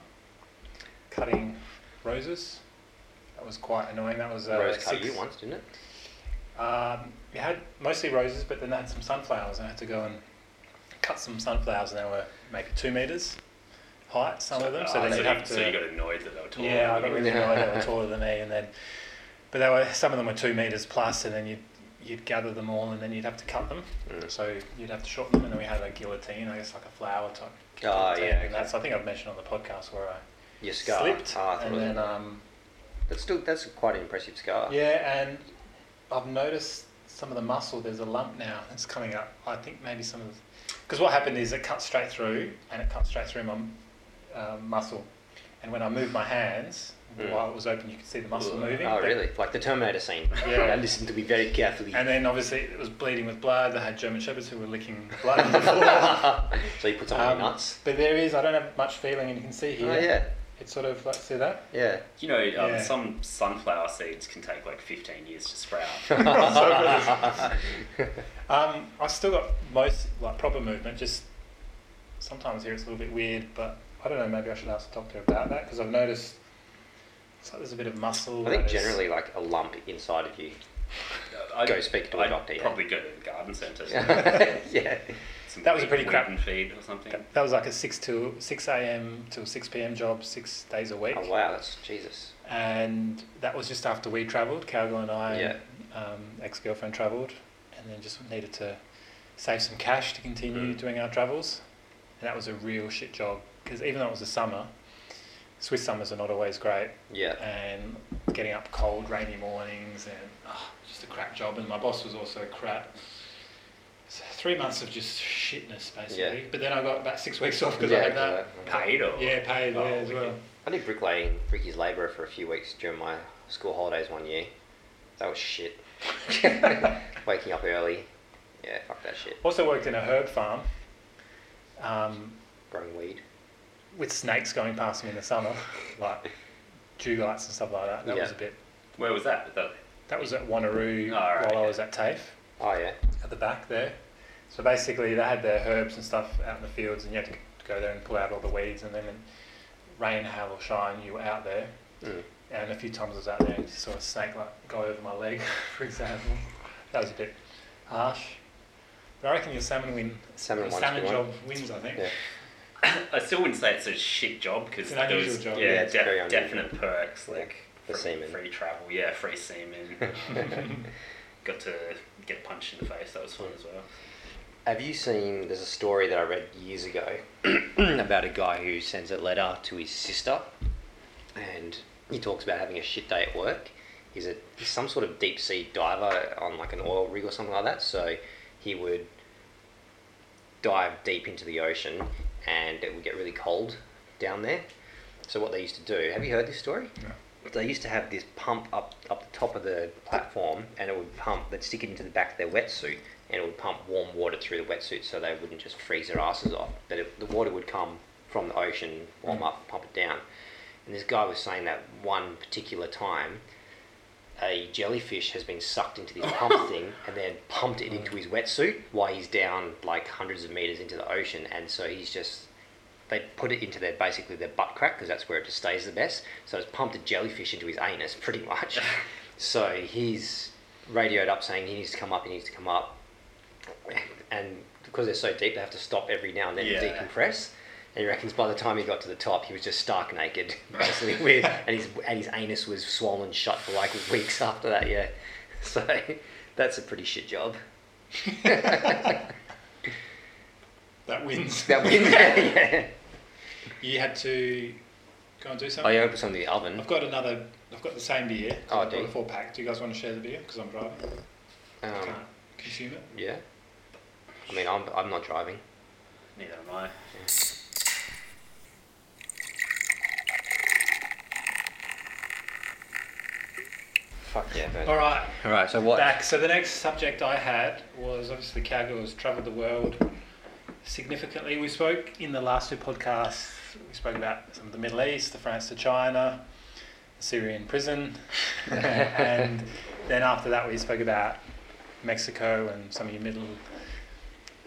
B: cutting roses. That was quite annoying. That was uh,
E: Rose cut
B: six-
E: you once, didn't it?
B: Um, it had mostly roses, but then they had some sunflowers, and I had to go and cut some sunflowers, and they were maybe two meters height, some of them. So
F: Ah,
B: then you'd
F: you-
B: have to.
F: so you got annoyed that they were taller.
B: Yeah, I
F: than
B: got
F: you.
B: really annoyed. They were taller than me, and then, but they were some of them were two meters plus, and then you'd you'd gather them all, and then you'd have to cut them.
E: Mm.
B: So you'd have to shorten them, and then we had a guillotine, I guess, like a flower type.
E: Oh,
B: guillotine,
E: yeah, okay.
B: and that's I think I've mentioned on the podcast where I
E: Your scar.
B: slipped,
E: Oh, I thought it
B: and
E: was-
B: then um,
E: That's still that's quite an impressive scar.
B: yeah, and I've noticed some of the muscle. There's a lump now that's coming up. I think maybe some of because what happened is it cut straight through, and it cut straight through my uh, muscle. And when I moved my hands,
E: Mm.
B: while it was open, you could see the muscle
F: Ugh.
B: moving.
E: Oh
B: but-
E: really? Like the Terminator scene.
B: Yeah.
E: I listened to me very carefully.
B: And then obviously it was bleeding with blood. They had German shepherds who were licking blood on the floor.
E: so you put something
B: Um,
E: nuts.
B: But there is, I don't have much feeling, and you can see here.
E: Oh yeah,
B: It's sort of like, see that?
E: yeah.
F: You know, um,
B: Yeah.
F: some sunflower seeds can take like 15 years to sprout. uh,
B: Um, I've still got most like proper movement. Just sometimes here it's a little bit weird, but I don't know. Maybe I should ask the doctor about that because I've noticed it's like there's a bit of muscle.
E: I think
B: that is-
E: generally like a lump inside of you.
F: I'd-
E: Go speak to a
F: I'd
E: doctor, yeah.
F: Probably go to the garden centre.
E: yeah.
F: It's some
B: That was a
F: wheat-
B: pretty crap-
F: wheaten feed or something.
B: That, that was like a six to six a.m. till six p.m. job, six days a week,
E: Oh wow, that's Jesus.
B: and that was just after we travelled. Cargill and I,
E: Yeah.
B: um, ex-girlfriend, travelled, and then just needed to save some cash to continue
F: Mm.
B: doing our travels, and that was a real shit job because even though it was the summer, Swiss summers are not always great,
E: Yeah.
B: and getting up cold, rainy mornings, and oh, just a crap job. And my boss was also crap. So three months of just shitness, basically. But then I got about six weeks off because
E: Yeah,
B: I had
E: after
B: that.
E: that.
F: Paid or
B: Yeah, paid
F: Oh,
B: yeah, as
F: wicked.
B: well.
E: I did bricklaying, Ricky's labourer, for a few weeks during my school holidays one year. That was shit. Waking up early. Yeah, fuck that shit.
B: Also worked in a herb farm um,
E: Growing weed.
B: with snakes going past me in the summer, like dewlights and stuff like that. That was a
E: Yeah.
B: bit.
F: Where was that? that
B: That was at Wanneroo
F: Oh, right,
B: while I
F: yeah.
B: was at TAFE.
E: Oh yeah.
B: at the back there. So basically, they had their herbs and stuff out in the fields, and you had to go there and pull out all the weeds. And then, in rain, hail, or shine, you were out there.
E: Mm.
B: And a few times I was out there and saw a snake like go over my leg, for example. That was a bit harsh. But I reckon your salmon win.
E: Salmon
B: your
E: one's
B: salmon
E: good
B: job
E: one.
B: wins, I think.
E: Yeah.
F: I still wouldn't say it's a shit job because
B: It's an unusual job.
F: yeah,
E: Yeah, it's
F: de-
E: very unusual.
F: definite perks like
E: The
F: free,
E: semen.
F: free travel, yeah, free semen. Um, got to get punched in the face. That was fun as well.
E: Have you seen? There's a story that I read years ago about a guy who sends a letter to his sister, and he talks about having a shit day at work. He's a he's some sort of deep sea diver on like an oil rig or something like that. So he would dive deep into the ocean, and it would get really cold down there. So what they used to do? Have you heard this story? They used to have this pump up up the top of the platform, and it would pump. They'd stick it into the back of their wetsuit, and it would pump warm water through the wetsuit, so they wouldn't just freeze their asses off. But it, the water would come from the ocean, warm up, pump it down. And this guy was saying that one particular time, a jellyfish has been sucked into this pump thing and then pumped it into his wetsuit while he's down like hundreds of meters into the ocean, and so he's just they put it into their basically their butt crack because that's where it just stays the best. So it's pumped a jellyfish into his anus pretty much. so he's radioed up saying he needs to come up, he needs to come up, and because they're so deep, they have to stop every now and then
F: Yeah.
E: to decompress. And he reckons by the time he got to the top, he was just stark naked, basically, with, and his and his anus was swollen shut for like weeks after that. Yeah, so that's a pretty shit job.
B: That wins.
E: That win, yeah.
B: You had to go and do something.
E: I opened some of the oven.
B: I've got another. I've got the same beer.
E: Oh,
B: I've
E: do
B: got a
E: you?
B: four pack. Do you guys want to share the beer? Because I'm driving. I
E: Um,
B: can't consume it.
E: yeah. I mean, I'm, I'm not driving.
F: Neither am I.
E: Fuck yeah, man.
B: All right.
E: All right. So what?
B: back. So the next subject I had was obviously Cowgirl has travelled the world significantly. We spoke in the last two podcasts. We spoke about some of the Middle East, the France to China, the Syrian prison, and then after that we spoke about Mexico and some of your Middle.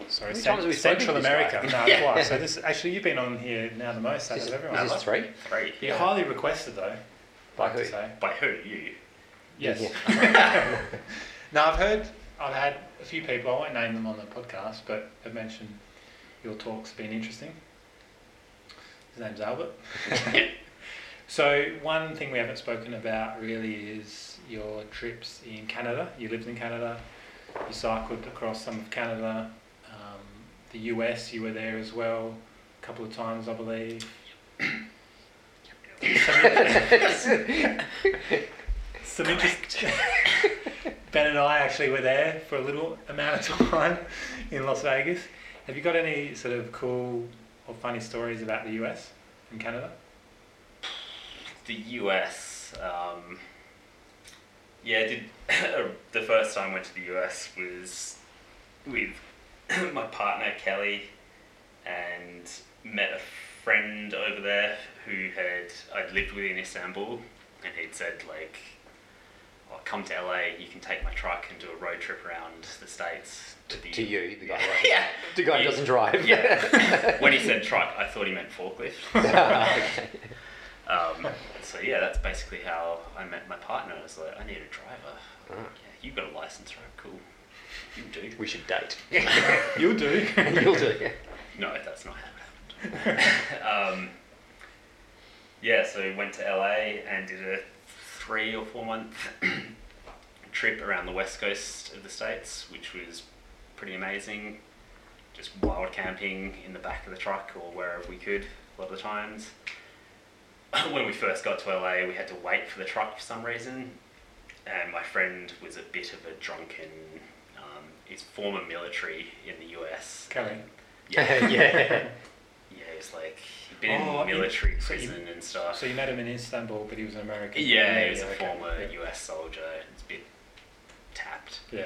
B: Sorry,
E: How many
B: Cen-
E: times have we spoken
B: Central
E: to this guy?
B: America. No,
E: Yeah.
B: twice. So this actually you've been on here now the most out
E: Is
B: of
E: this,
B: everyone.
E: is this three?
F: Great.
B: You're highly requested though.
E: By
B: Like to
E: who?
B: say.
F: By who? You?
B: Yes.
E: Yeah.
B: Now I've heard I've had a few people I won't name them on the podcast, but have mentioned your talk's been interesting. His name's Albert. so one thing we haven't spoken about really is your trips in Canada. You lived in Canada. You cycled across some of Canada, um, the US. You were there as well a couple of times, I believe. Some interest- ben and I actually were there for a little amount of time in Las Vegas. Have you got any sort of cool or funny stories about the US and Canada?
F: The US. Um, yeah, I did the first time I went to the US was with my partner Kelly, and met a friend over there who had I'd lived with in Istanbul, and he'd said like, "I'll come to LA. You can take my truck and do a road trip around the states." with
E: To you, the guy. Right?
F: Yeah.
E: The guy who
F: You-
E: doesn't drive.
F: Yeah. when he said truck, I thought he meant forklift.
E: Okay.
F: Um, so yeah, that's basically how I met my partner. I was like, I need a driver.
E: Ah.
F: Yeah, you got a license, right? Cool. You do.
E: We should date.
B: You'll do.
E: You'll do. Yeah.
F: No, that's not how it happened. um, yeah, so went to LA and did a three or four month trip around the west coast of the states, which was pretty amazing. Just wild camping in the back of the truck or wherever we could a lot of the times. when we first got to LA, we had to wait for the truck for some reason, and my friend was a bit of a drunken. Um, he's former military in the US.
B: Kelly.
E: Yeah. yeah.
F: Yeah, he's like he'd been
B: Oh,
F: in
B: he-
F: military
B: so he-
F: prison and stuff.
B: So you met him in Istanbul, but he was an American.
F: yeah, he was a
B: okay.
F: former
B: Yeah.
F: U.S. soldier. It's a bit tapped.
B: Yeah.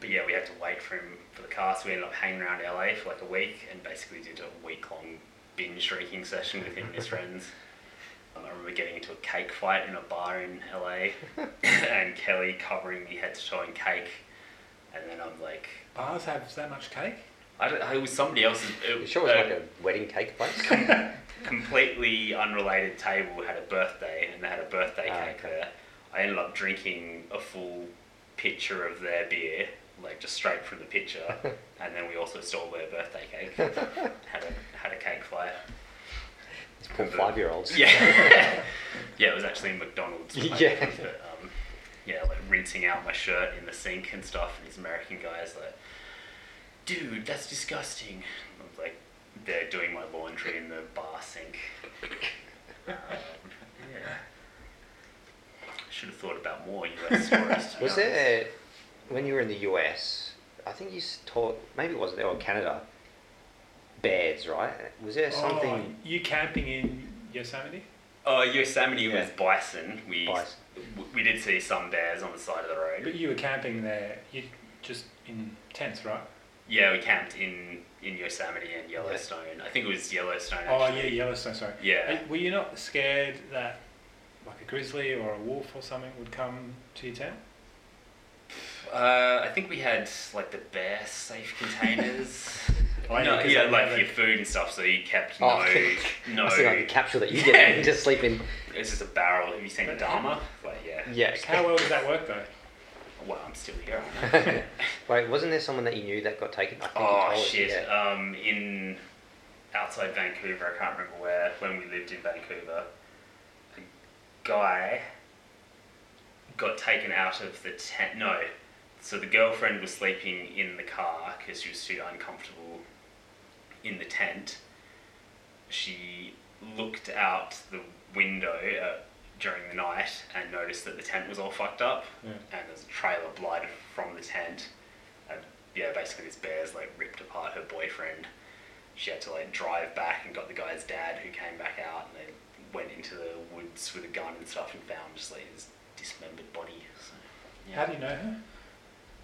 F: But yeah, we had to wait for him for the car, so we ended up hanging around LA for like a week and basically did a week-long binge drinking session with him and his friends. Um, I remember getting into a cake fight in a bar in LA, and Kelly covering me head to toe in cake, and then I'm like,
B: Bars have that much cake?
F: I don't. It was somebody else's.
E: It
F: It,
E: sure was
F: uh,
E: like a wedding cake place.
F: completely unrelated table had a birthday and they had a birthday
E: Ah,
F: cake
E: okay.
F: there. I ended up drinking a full pitcher of their beer, like just straight from the pitcher, and then we also stole their birthday cake. had a had a cake fight.
E: It's poor five-year-olds.
F: Yeah, yeah, it was actually in McDonald's. when I
E: Yeah.
F: did it, But, um, yeah, like rinsing out my shirt in the sink and stuff. And these American guys like, dude, that's disgusting. I was like, they're doing my laundry in the bar sink. Um, yeah. Should have thought about more US tourists. to be
E: Was
F: honest.
E: there when you were in the US? I think you s- taught maybe it wasn't there or Canada. Bears, right? Was there something?
B: Oh, you camping in Yosemite?
F: Oh, Yosemite
E: Yeah.
F: was bison. We
E: Bison.
F: w- we did see some bears on the side of the road.
B: But you were camping there. You just in tents, right?
F: Yeah, we camped in in Yosemite and Yellowstone. I think it was Yellowstone.
B: Oh
F: Actually.
B: yeah, Yellowstone. Sorry.
F: Yeah.
B: Uh, Were you not scared that like a grizzly or a wolf or something would come to your tent?
F: Uh, I think we had like the bear safe containers.
B: Oh, yeah,
F: no,
B: 'cause
F: yeah,
B: they
F: like
B: have
F: your
B: it.
F: food and stuff. So you kept
E: Oh,
F: no, no.
E: I was thinking like a capsule that you
F: Yeah.
E: get and just sleep in.
F: It's just a barrel. Have you seen
B: But-
F: Dharma? Like yeah.
E: Yeah.
B: How well does that work though?
F: Well, I'm still here. aren't I?
E: okay. Wait, wasn't there someone that you knew that got taken? I think you
F: oh
E: told us,
F: shit.
E: yeah.
F: Um, in outside Vancouver, I can't remember where. When we lived in Vancouver, a guy got taken out of the tent. No, so the girlfriend was sleeping in the car because she was too uncomfortable in the tent. She looked out the window uh, during the night and noticed that the tent was all fucked up,
B: Yeah.
F: and there's a trail of blood from the tent. And yeah, basically this bear's like ripped apart her boyfriend. She had to like drive back and got the guy's dad who came back out and they went into the woods with a gun and stuff and found just like his dismembered body. So, yeah.
B: How do you know her?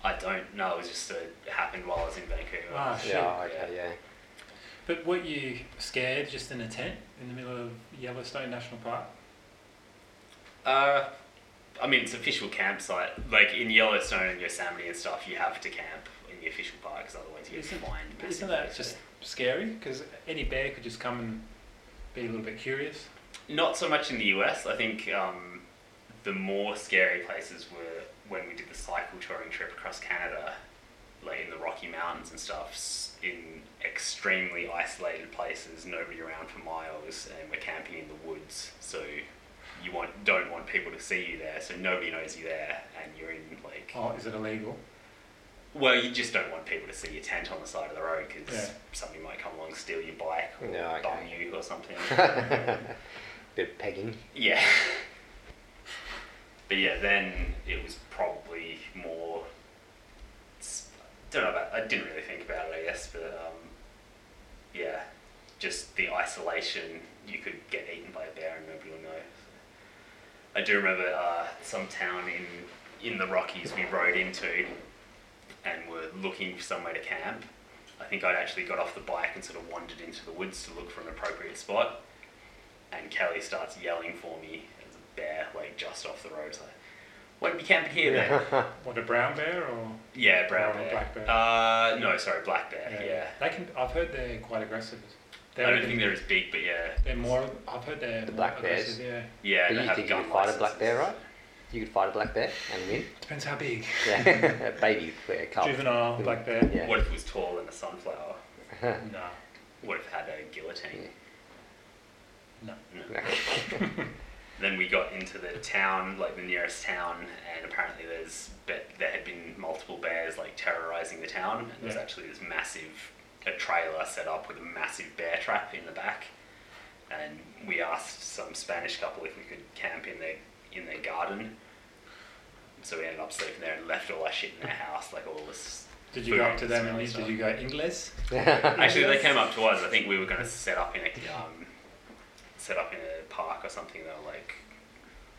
F: I don't know. It was just uh, it happened while I was in Vancouver.
B: Ah, shit.
E: Yeah. Okay. Yeah.
B: But weren't you scared just in a tent in the middle of Yellowstone National Park?
F: Uh, I mean, it's official campsite. Like in Yellowstone and Yosemite and stuff, you have to camp in the official parks, otherwise you get
B: Isn't-
F: fined.
B: But isn't
F: massively.
B: that just scary? Because any bear could just come and be a little bit curious.
F: Not so much in the US. I think um, the more scary places were when we did the cycle touring trip across Canada, like in the Rocky Mountains and stuff, s- in extremely isolated places, nobody around for miles, and we're camping in the woods. So you want don't want people to see you there, so nobody knows you there, and you're in like.
B: Oh, is it illegal?
F: Well, you just don't want people to see your tent on the side of the road because
B: Yeah.
F: somebody might come along, steal your bike, or
E: No, okay.
F: bum you, or something.
E: Bit of pegging.
F: yeah. But yeah, then it was probably more. s- Don't know about. I didn't really think about it, I guess, but um, yeah, just the isolation. You could get eaten by a bear and nobody will know. I do remember uh, some town in in the Rockies we rode into, and were looking for somewhere to camp. I think I'd actually got off the bike and sort of wandered into the woods to look for an appropriate spot. And Kelly starts yelling for me. There's a bear like just off the road. So, won't be camping here then.
B: What a brown bear or
F: yeah, brown
B: Or
F: bear.
B: black bear.
F: Uh, no, sorry, black bear. Yeah.
B: They can. I've heard they're quite aggressive. They
F: I don't
B: reckon
F: think they're as big, but yeah,
B: They're more. I've heard they're
E: The
B: more
E: black bears?
B: aggressive. Yeah.
F: yeah.
E: But
F: they
E: you
F: have
E: think you
F: gun
E: can fight a black
F: licenses.
E: bear, right? You could fight a black bear and win.
B: Depends how big.
E: Yeah, a baby bear, calf.
B: Juvenile
E: Little-
B: black bear.
E: Yeah.
F: What if it was taller than a sunflower?
E: Yeah.
F: No. What if it had a guillotine?
B: No.
F: No.
E: Okay.
F: Then we got into the town, like the nearest town, and apparently there's be- there had been multiple bears like terrorizing the town. And there's
B: Yeah.
F: actually this massive a trailer set up with a massive bear trap in the back. And we asked some Spanish couple if we could camp in their in their garden. So we ended up sleeping there and left all our shit in their house, like all this.
B: Did you
F: food
B: go up to them and
F: smelly
B: you-
F: stuff.
B: did you go Ingles?
F: Actually, they came up to us. I think we were going to set up in a um, set up in a park or something. They were like,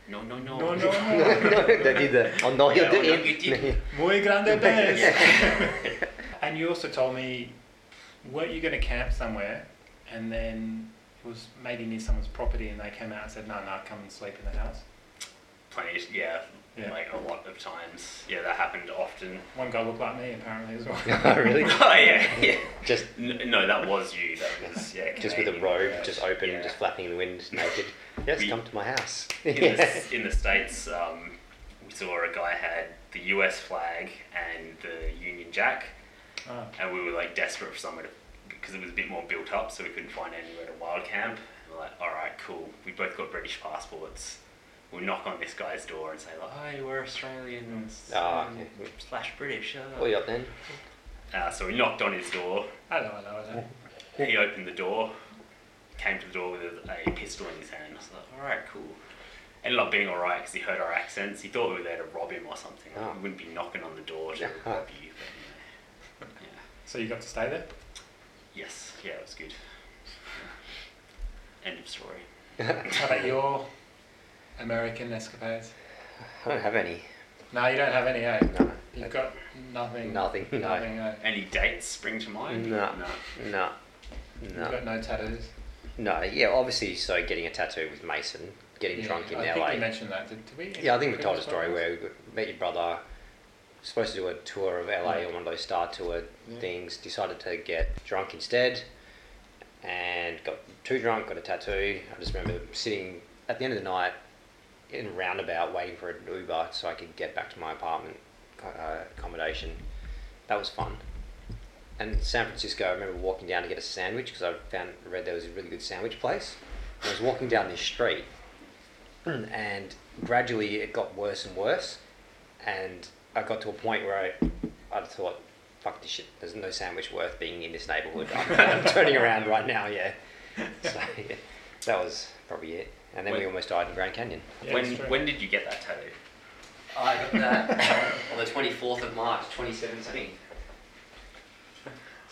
F: "No, no, Oh, no,
B: No, no,
E: no, no, they did that. Oh no, you
F: Yeah, oh, no, you
E: did.
F: did.
B: Muy grande bears.
E: Yeah.
B: And you also told me, weren't you going to camp somewhere, and then it was maybe near someone's property, and they came out and said, "No, no, come and sleep in the house."
F: Plenty, yeah,
B: Yeah.
F: like a lot of times. Yeah, that happened often.
B: One guy looked like me apparently as well.
E: really?
F: oh yeah, yeah.
E: Just,
F: N- no, that was you. That was yeah.
E: just with a
F: Canadian
E: robe,
F: bird.
E: just open,
F: Yeah.
E: just flapping in the wind, naked. Yes,
F: We-
E: come to my house.
F: in, the,
E: Yeah.
F: s- in the states, um, we saw a guy had the U.S. flag and the Union Jack.
B: Oh,
F: and we were like desperate for somewhere to, because it was a bit more built up, so we couldn't find anywhere to wild camp. And we're like, all right, cool. We both got British passports. We'll knock on this guy's door and say like, hi, we're Australians
E: Ah,
F: um,
E: okay.
F: slash British. uh."
E: What you got then?
F: Uh, so we knocked on his door.
B: hello, hello, hello.
F: He opened the door, came to the door with a, a pistol in his hand. I was like, all right, cool. Ended up being all right because he heard our accents. He thought we were there to rob him or something.
E: Ah.
F: We wouldn't be knocking on the door to
E: Ah.
F: rob you. But, you know. yeah.
B: So you got to stay there.
F: Yes, yeah, it was good. End of story.
B: How about your American escapades?
E: I don't have any.
B: No, you don't have any, eh?
E: No.
B: You've got nothing.
E: Nothing, no.
B: Nothing. eh?
F: Any dates spring to mind?
E: No. No.
B: You've
E: No.
B: got no tattoos.
E: No. Yeah. Obviously, so getting a tattoo with Mason, getting
B: Yeah,
E: drunk in
B: I
E: LA.
B: think we mentioned that. Did, did we?
E: Yeah, I think we told a
B: Did
E: story
B: we-
E: where we met your brother, supposed to do a tour of LA on one of those star tour
B: Yeah.
E: things, decided to get drunk instead, and got too drunk, got a tattoo. I just remember sitting at the end of the night in a roundabout waiting for an Uber so I could get back to my apartment uh, accommodation. That was fun. And in San Francisco, I remember walking down to get a sandwich because I found read there was a really good sandwich place. I was walking down this street, and gradually it got worse and worse, and I got to a point where I, I thought, "Fuck this shit! There's no sandwich worth being in this neighborhood." I'm, I'm turning around right now. Yeah, so yeah, that was probably it. And then we
F: Wait.
E: almost died in Grand Canyon.
B: Yeah,
F: when
B: that's true.
F: when did you get that tattoo?
E: I got that on the 24th of March, 2017.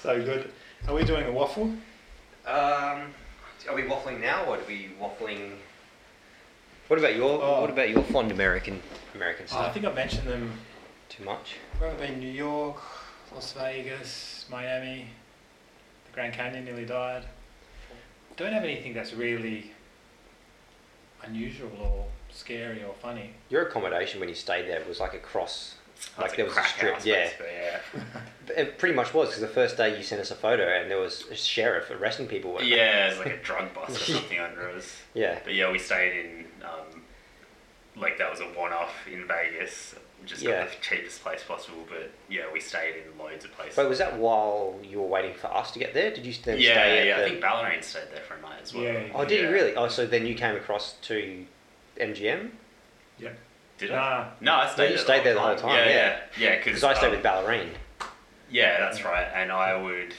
B: So good. Are we doing a waffle?
E: Um, are we waffling now, or are we waffling? What about your
B: Oh.
E: What about your fond American American
B: I
E: stuff?
B: think I mentioned them.
E: Too much.
B: Ah. Where have I been? New York, Las Vegas, Miami, the Grand Canyon nearly died. Don't have anything that's really unusual or scary or funny.
E: Your accommodation when you stayed there was like a cross, like
F: That's
E: there was a
F: crack
E: strip.
F: house,
E: yeah,
F: basically, yeah.
E: it pretty much was because the first day you sent us a photo and there was a sheriff arresting people. weren't there?
F: yeah, it's like a drug bust or something under us.
E: Yeah.
F: But yeah, we stayed in um, like that was a one off in Vegas. Just
E: Yeah.
F: got the cheapest place possible, but yeah, we stayed in loads of places.
E: But was that while you were waiting for us to get there? Did you
F: yeah,
E: then stay
F: yeah,
E: at
F: yeah.
E: the...
F: I think Ballerine stayed there for a night as well.
B: Yeah.
E: Oh, did
F: Yeah.
E: you really? Oh, so then you came across to MGM?
B: Yeah.
F: Did I?
B: Nah.
F: No, I stayed,
E: you
F: there,
E: stayed
F: the
E: there the whole time,
F: Yeah, yeah,
E: Because I stayed
F: um,
E: with Ballerine.
F: Yeah, that's right. And I would,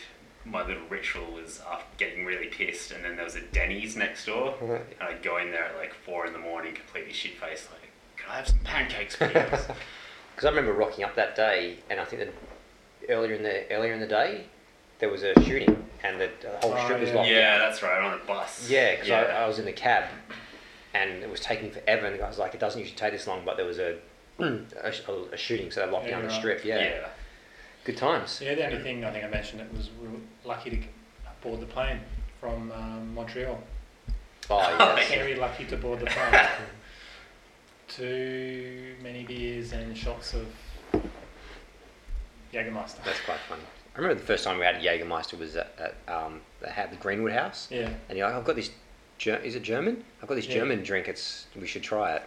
F: my little ritual was after getting really pissed, and then there was a Denny's next door,
E: Right.
F: and I'd go in there at like four in the morning, completely shit faced, like, "Can I have some pancakes, please?"
E: Because I remember rocking up that day, and I think that earlier in the earlier in the day, there was a shooting, and the the whole
B: Oh,
E: strip was
B: yeah.
E: locked.
F: yeah, that's right. On the bus.
E: Yeah, because I, I was in the cab, and it was taking forever. And the guy was like, "It doesn't usually take this long," but there was a a, sh- a shooting, so they locked
B: Yeah,
E: down the
B: right.
E: strip. Yeah.
F: yeah.
E: good times.
B: Yeah, the only thing I think I mentioned it was we were lucky to g- board the plane from um, Montreal.
E: Oh yes.
B: Very lucky to board the plane. Too many beers and shots of Jägermeister.
E: That's quite fun. I remember the first time we had a Jägermeister was at, at um, they had the Greenwood House,
B: Yeah.
E: and you're like, "I've got this. Ger- is it German? I've got this
B: Yeah.
E: German drink. It's we should try it."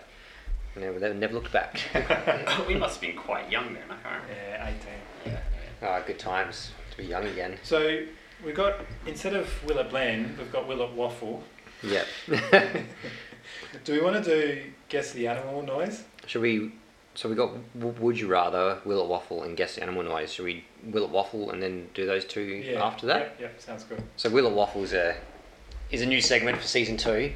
E: Never, never, never looked back.
F: we must have been quite young then, I can't remember.
B: Yeah, 18.
F: Yeah.
E: Ah, good times to be young again.
B: So we've got, instead of Willet Blend, we've got Willet Waffle.
E: Yep.
B: Do we want to do guess the animal noise?
E: Should we? So we got. w- Would you rather will it waffle and guess the animal noise? Should we will it waffle and then do those two after that?
B: Yep, yep, sounds good.
E: So will it waffle is a uh, is a new segment for season two.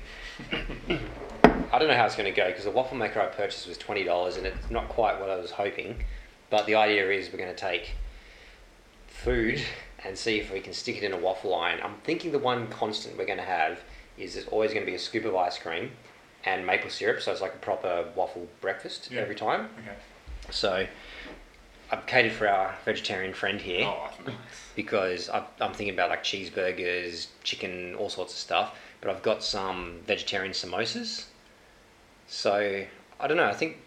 E: I don't know how it's going to go because the waffle maker I purchased was twenty dollars and it's not quite what I was hoping. But the idea is we're going to take food and see if we can stick it in a waffle iron. I'm thinking the one constant we're going to have is there's always going to be a scoop of ice cream and maple syrup, so it's like a proper waffle breakfast
B: Yeah.
E: every time.
B: Okay.
E: So I've catered for our vegetarian friend here
F: Oh, nice.
E: because i I'm thinking about like cheeseburgers, chicken, all sorts of stuff. But I've got some vegetarian samosas, so I don't know. I think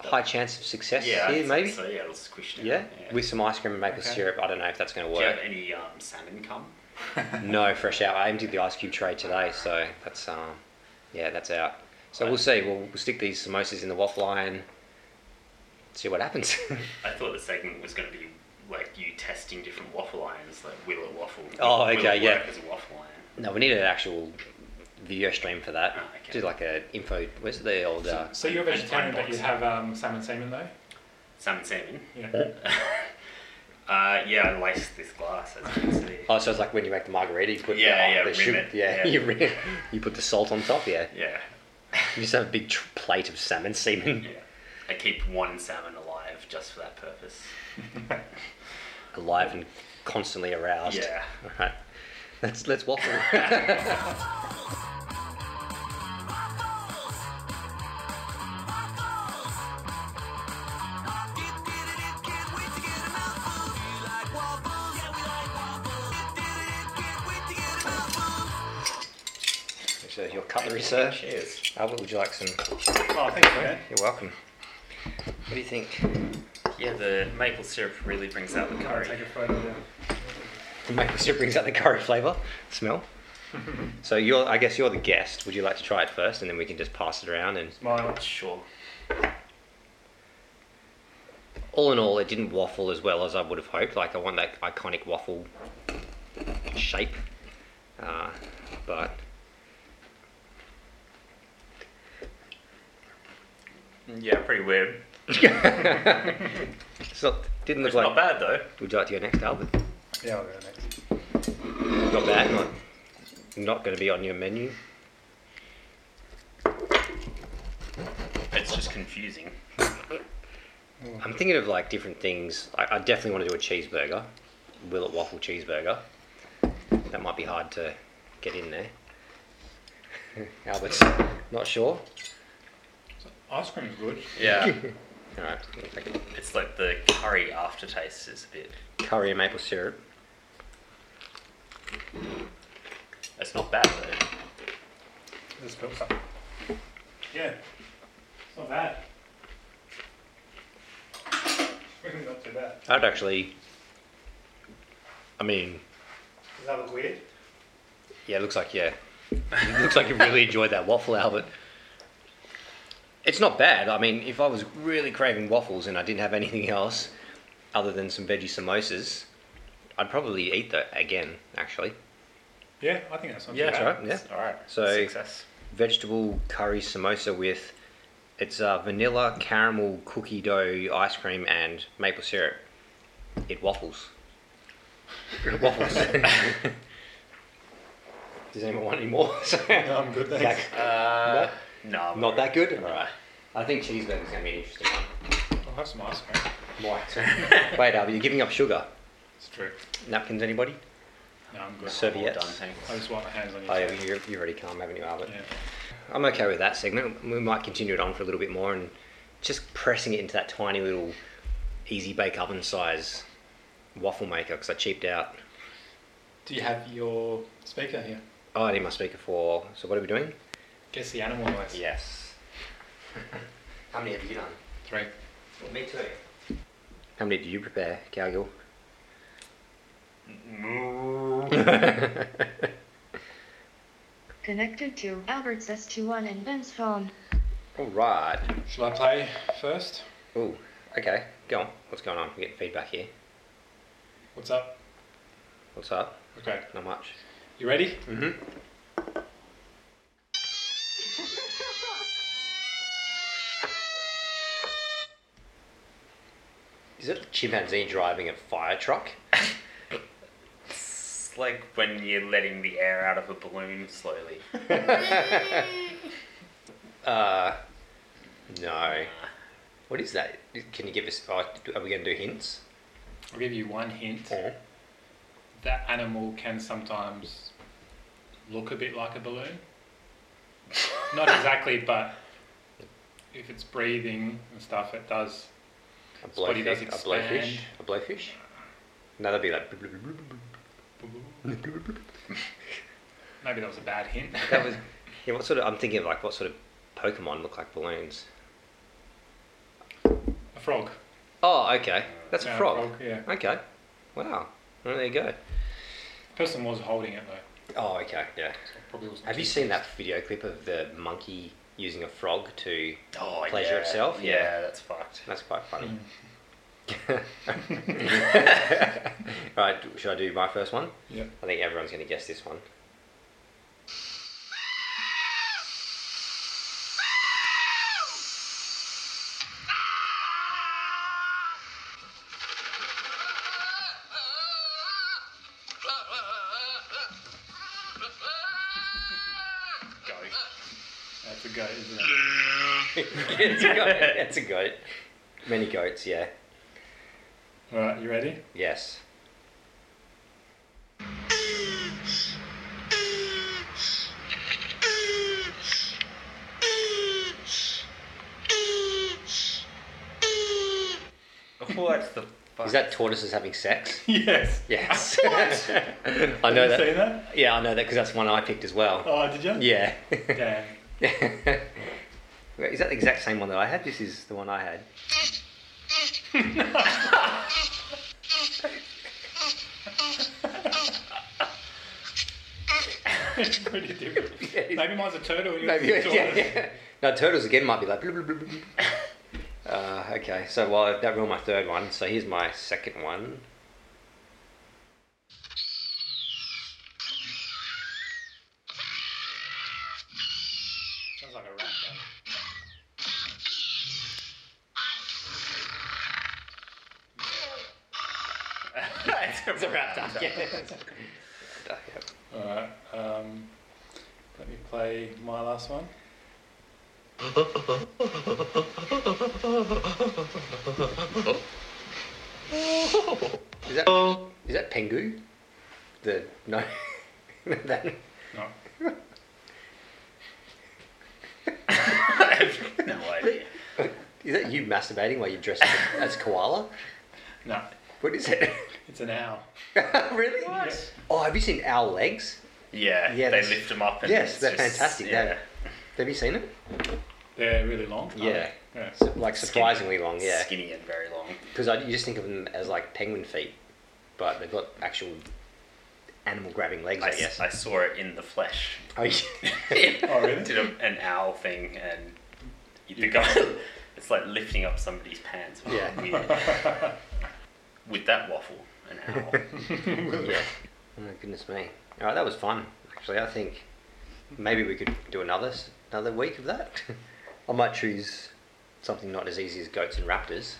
E: high chance of success
F: Yeah, I'd
E: here,
F: say
E: maybe.
F: So yeah, it'll squish down.
E: Yeah? with some ice cream and maple
B: Okay.
E: syrup. I don't know if that's going to
F: Do you have
E: work.
F: any um, salmon come?
E: no, fresh out. I emptied the ice cube tray today, so that's um, yeah, that's out. So we'll see. We'll, we'll stick these samosas in the waffle iron. See what happens.
F: I thought the segment was going to be like you testing different waffle irons, like will it waffle?
E: Oh,
F: Will it
E: okay, yeah.
F: work as a waffle iron.
E: no, we need an actual video stream for that.
F: Oh, okay.
E: Do like an info. Where's the old? Uh,
B: So you're vegetarian, but you have um, salmon semen though?
F: Salmon salmon.
B: Yeah.
F: Uh, yeah, I laced this glass as you can see.
E: Oh, so it's like when you make the margarita, you put
F: Yeah,
E: the,
F: yeah,
E: the
F: rim it,
E: yeah,
F: yeah.
E: you rim, you put the salt on top, yeah.
F: Yeah,
E: You just have a big tr- plate of salmon semen
F: yeah. I keep one salmon alive just for that purpose.
E: alive and constantly aroused.
F: Yeah.
E: All right, let's let's waffle. So your cutlery, sir.
F: Cheers.
E: Albert, would you like some?
B: oh, thank you, man.
E: You're welcome. What do you think?
F: Yeah, the maple syrup really brings out the
B: I'll
F: curry.
B: take a photo now.
E: The maple syrup brings out the curry flavour smell. so you're, I guess you're the guest. Would you like to try it first, and then we can just pass it around? And
B: Mine.
F: Sure.
E: all in all, it didn't waffle as well as I would have hoped. Like I want that iconic waffle shape, uh, but
F: Yeah, pretty weird.
E: it's not, didn't look
F: It's
E: like.
F: not bad though.
E: Would you like to go next, Albert?
B: Yeah, I'll go next.
E: Not bad. Not, not going to be on your menu.
F: It's just confusing.
E: I'm thinking of like different things. I, I definitely want to do a cheeseburger. Will it waffle cheeseburger? That might be hard to get in there. Albert's not sure.
B: Ice cream's good.
F: Yeah.
E: All right, take a
F: it's like the curry aftertaste is a bit.
E: curry and maple syrup.
F: It's not bad though.
B: This built up. Yeah. It's not bad. Really not too bad.
E: I'd actually. I mean,
B: Does that look weird?
E: yeah, it looks like yeah, it looks like you really enjoyed that waffle, Albert. It's not bad. I mean, if I was really craving waffles and I didn't have anything else other than some veggie samosas, I'd probably eat that again. Actually.
B: Yeah, I think that's not
F: Yeah,
B: too
E: That's
B: bad.
E: right. Yeah.
F: All right.
E: So-
F: success.
E: vegetable curry samosa with it's uh, vanilla caramel cookie dough ice cream and maple syrup. It waffles. It waffles. Does anyone want any more?
B: No, I'm good, thanks.
E: Like,
F: Uh, no, I'm
E: not that
F: alright.
E: good. All right. I think cheeseburger's gonna be an interesting one.
B: I'll have some ice cream.
E: More. Wait, Albert, you're giving up sugar.
B: It's true.
E: Napkins, anybody?
B: No, I'm good.
E: Serviettes.
F: All done, thanks.
B: I just wipe my hands on your
E: Oh, yeah,
B: face.
E: you're, you're already calm, haven't you, Albert?
B: Yeah.
E: I'm okay with that segment. We might continue it on for a little bit more and just pressing it into that tiny little easy bake oven size waffle maker because I cheaped out.
B: Do you have your speaker here?
E: Oh, I need my speaker for. So, what are we doing?
B: Guess the animal noise.
E: Yes. How many have you done?
B: Three.
E: me too. How many did you prepare, Cowgill?
D: Connected to Albert's S21 and Ben's phone.
E: All right.
D: Should I play first?
E: Ooh. Okay. Go on. What's going on? We're getting feedback here.
D: What's up?
E: What's up?
D: Okay.
E: Not much.
D: You ready?
E: Mm-hmm. Is it a chimpanzee driving a fire truck?
F: It's like when you're letting the air out of a balloon slowly.
E: Uh, no. What is that? Can you give us? Oh, are we going to do hints?
B: I'll give you one hint.
E: Or
B: That animal can sometimes look a bit like a balloon. Not exactly, but if it's breathing and stuff, it does.
E: a
B: body does
E: blowfish? A blowfish?
B: expand.
E: A blowfish? No, that'd be like.
B: Maybe that was a bad hint.
E: That was. Yeah, what sort of? I'm thinking of like what sort of Pokemon look like balloons.
B: a frog.
E: Oh, okay. That's
B: Yeah,
E: a frog.
B: Yeah.
E: Okay. Wow. Well, there you go.
B: Person was holding it though.
E: Oh, okay.
B: so
E: Yeah.
B: it probably wasn't
E: Have you
B: too-
E: seen that video clip of the monkey using a frog to?
F: Oh,
E: Pleasure
F: yeah.
E: itself?
F: Yeah,
E: Yeah.
F: that's fucked.
E: That's quite funny. right. Should I do my first one?
D: Yeah.
E: I think everyone's going to guess this one.
B: That's a goat, isn't it?
E: it's a goat. It's a goat. Many goats. Yeah.
B: All right, you ready?
E: Yes.
F: What the fuck?
E: Is that tortoises having sex?
B: Yes.
E: Yes. I know
B: Have you
E: that.
B: seen that?
E: Yeah, I know that because that's one I picked as well.
B: Oh, did you?
E: Yeah.
B: Damn.
E: Wait, is that the exact same one that I had? This is the one I had.
B: it's pretty different. Maybe mine's a turtle. and yours
E: Maybe,
B: is a
E: yeah,
B: tortoise.
E: yeah. No, turtles again might be like. blub, blub, blub, blub. Uh, okay, so well that ruined my third one. So here's my second one.
B: Sounds like a rat. though.
E: it's a raptor. Yeah. Raptor, yep.
B: All right. Um, let me play my last one.
E: Is that is that Pengu? The no. that,
B: No.
F: I have no idea.
E: is that you masturbating while you're dressed as a koala?
B: No.
E: What is it?
B: It's an owl.
E: really?
F: What?
E: Oh, have you seen owl legs?
F: Yeah,
E: Yeah,
F: they
E: that's-
F: lift them up. And
E: yes,
F: it's
E: they're
F: just-
E: fantastic,
F: Yeah.
E: they're- Have you seen them?
B: They're really long. aren't
E: Yeah.
B: they? Yeah.
E: Su- Like surprisingly long, yeah.
F: Skinny and very long.
E: Because I you just think of them as like penguin feet, but they've got actual animal grabbing legs.
F: I,
E: I,
F: s-
E: guess.
F: I saw it in the flesh.
E: Oh, yeah.
B: Oh, really?
F: Did a, an owl thing and the guy. It's like lifting up somebody's pants.
E: Yeah.
F: Weird. With that waffle, an owl.
E: Yeah. Oh my goodness me! All right, that was fun. Actually, I think maybe we could do another s- another week of that. I might choose something not as easy as goats and raptors.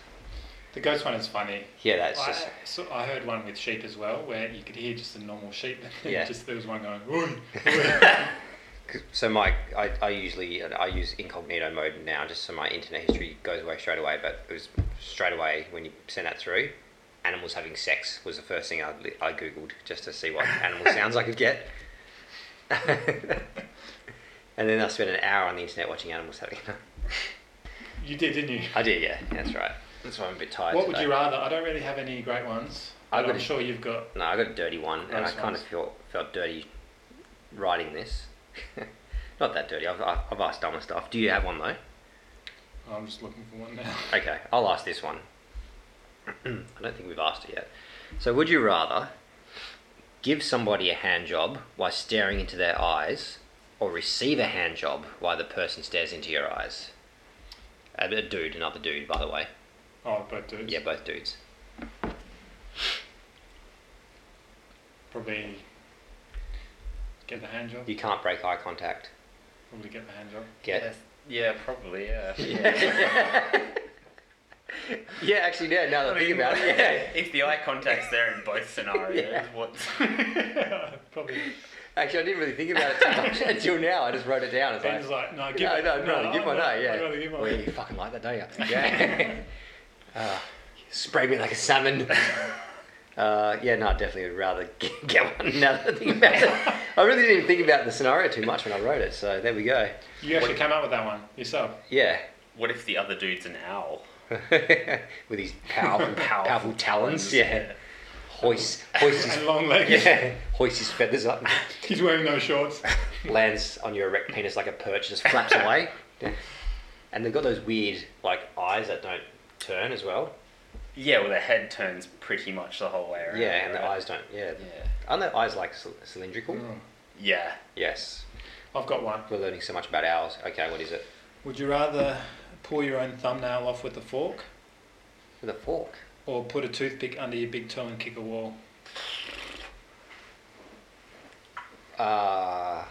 B: The ghost one is funny.
E: Yeah, that's
B: I,
E: just
B: so I heard one with sheep as well, where you could hear just a normal sheep, and then
E: Yeah.
B: just there was one going, oi, oi.
E: so. My I, I usually I use incognito mode now, just so my internet history goes away straight away. But it was straight away when you send that through. Animals having sex was the first thing I, li- I googled just to see what animal sounds I could get. and then I spent an hour on the internet watching animals having.
B: You did, didn't you?
E: I did, yeah. That's right. That's why I'm a bit tired.
B: What would
E: today.
B: you rather? I don't really have any great ones.
E: I
B: But I'm
E: would-
B: sure you've got.
E: No, I got a dirty one, and I
B: Nice
E: kind of
B: ones.
E: felt felt dirty writing this. Not that dirty. I've, I've I've asked dumber stuff. Do you have one though?
B: I'm just looking for one now.
E: Okay, I'll ask this one. I don't think we've asked it yet. So, would you rather give somebody a hand job while staring into their eyes, or receive a hand job while the person stares into your eyes? A, a dude, another dude, by the way.
B: Oh, both dudes.
E: Yeah, both dudes.
B: Probably get the hand job.
E: You can't break eye contact.
B: Probably get the hand job.
E: Get.
F: Yeah, probably, yeah.
E: yeah, actually, yeah. Now that I think about it, yeah.
F: If the eye contact's there in both scenarios,
E: Yeah.
F: what's.
B: Probably.
E: Actually, I didn't really think about it too much until now. I just wrote it down. It's
B: Ben's
E: like,
B: like, no, give
E: no,
B: it-
E: no, no, give
B: I'd
E: one, no,
B: rather-
E: yeah.
B: I'd rather give one.
E: well, you fucking like that, don't you? Yeah. uh, spray me like a salmon. Uh, yeah, no, I definitely would rather g- get one now that I think about it. I really didn't even think about the scenario too much when I wrote it, so there we go.
B: You actually came up with that one yourself.
E: Yeah.
F: What if the other dude's an owl?
E: With his powerful, powerful, talons. Yeah. Hoist, hoist his,
B: And long legs.
E: yeah, hoist his feathers up and
B: He's wearing no shorts.
E: lands on your erect penis like a perch, just flaps away. And they've got those weird like eyes that don't turn as well.
F: Yeah, well, the head turns pretty much the whole way around.
E: yeah, and the
F: right?
E: eyes don't. Yeah.
F: Yeah.
E: Aren't their eyes like cyl- cylindrical?
F: Yeah.
E: Yes.
B: Oh, I've got one.
E: We're learning so much about owls. Okay, what is it?
B: Would you rather pull your own thumbnail off with a fork
E: With a fork.
B: or put a toothpick under your big toe and kick a wall?
E: Uh,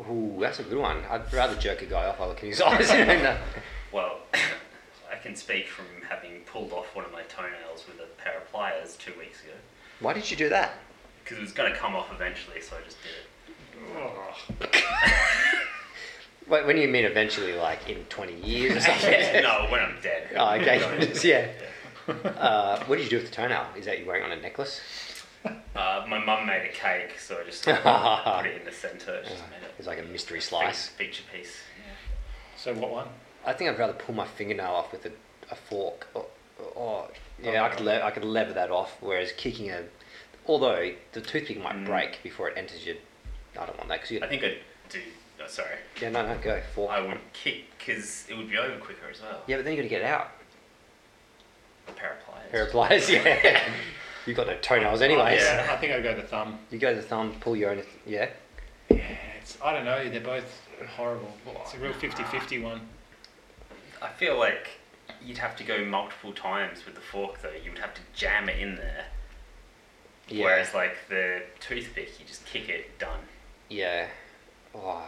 E: ooh, that's a good one. I'd rather jerk a guy off while looking at his eyes. No.
F: Well, I can speak from having pulled off one of my toenails with a pair of pliers two weeks ago.
E: Why did you do that?
F: Because it was going to come off eventually, so I just did it.
B: Oh.
E: Wait, when do you mean eventually, like in 20 years or something?
F: no, when I'm dead.
E: Oh, okay. yeah. Uh, what did you do with the toenail? Is that you wearing it on a necklace?
F: Uh, my mum made a cake, so I just sort of put it in the centre. Just made it.
E: It's like a mystery
F: Big
E: slice.
F: feature piece.
B: So what one?
E: I think I'd rather pull my fingernail off with a, a fork. Or, or
F: Oh,
E: yeah, I could le- I could lever that off. Whereas kicking a, although the toothpick might
F: Mm.
E: break before it enters your. I don't want that because you.
F: I think I'd do. No, sorry.
E: Yeah, no, no, go fork.
F: I would kick because it would be over quicker as well.
E: Yeah, but then you got to get it out.
F: A pair of pliers.
E: Pair of pliers. Yeah. you got no
F: Oh,
E: toenails anyways.
B: Yeah, I think I'd go the thumb.
E: You go to the thumb, pull your own. Yeah.
B: Yeah, it's, I don't know. They're both horrible. It's a real 50-50 one.
F: I feel like you'd have to go multiple times with the fork though. You would have to jam it in there.
E: Yeah.
F: Whereas like the toothpick, you just kick it, done.
E: Yeah. Oh.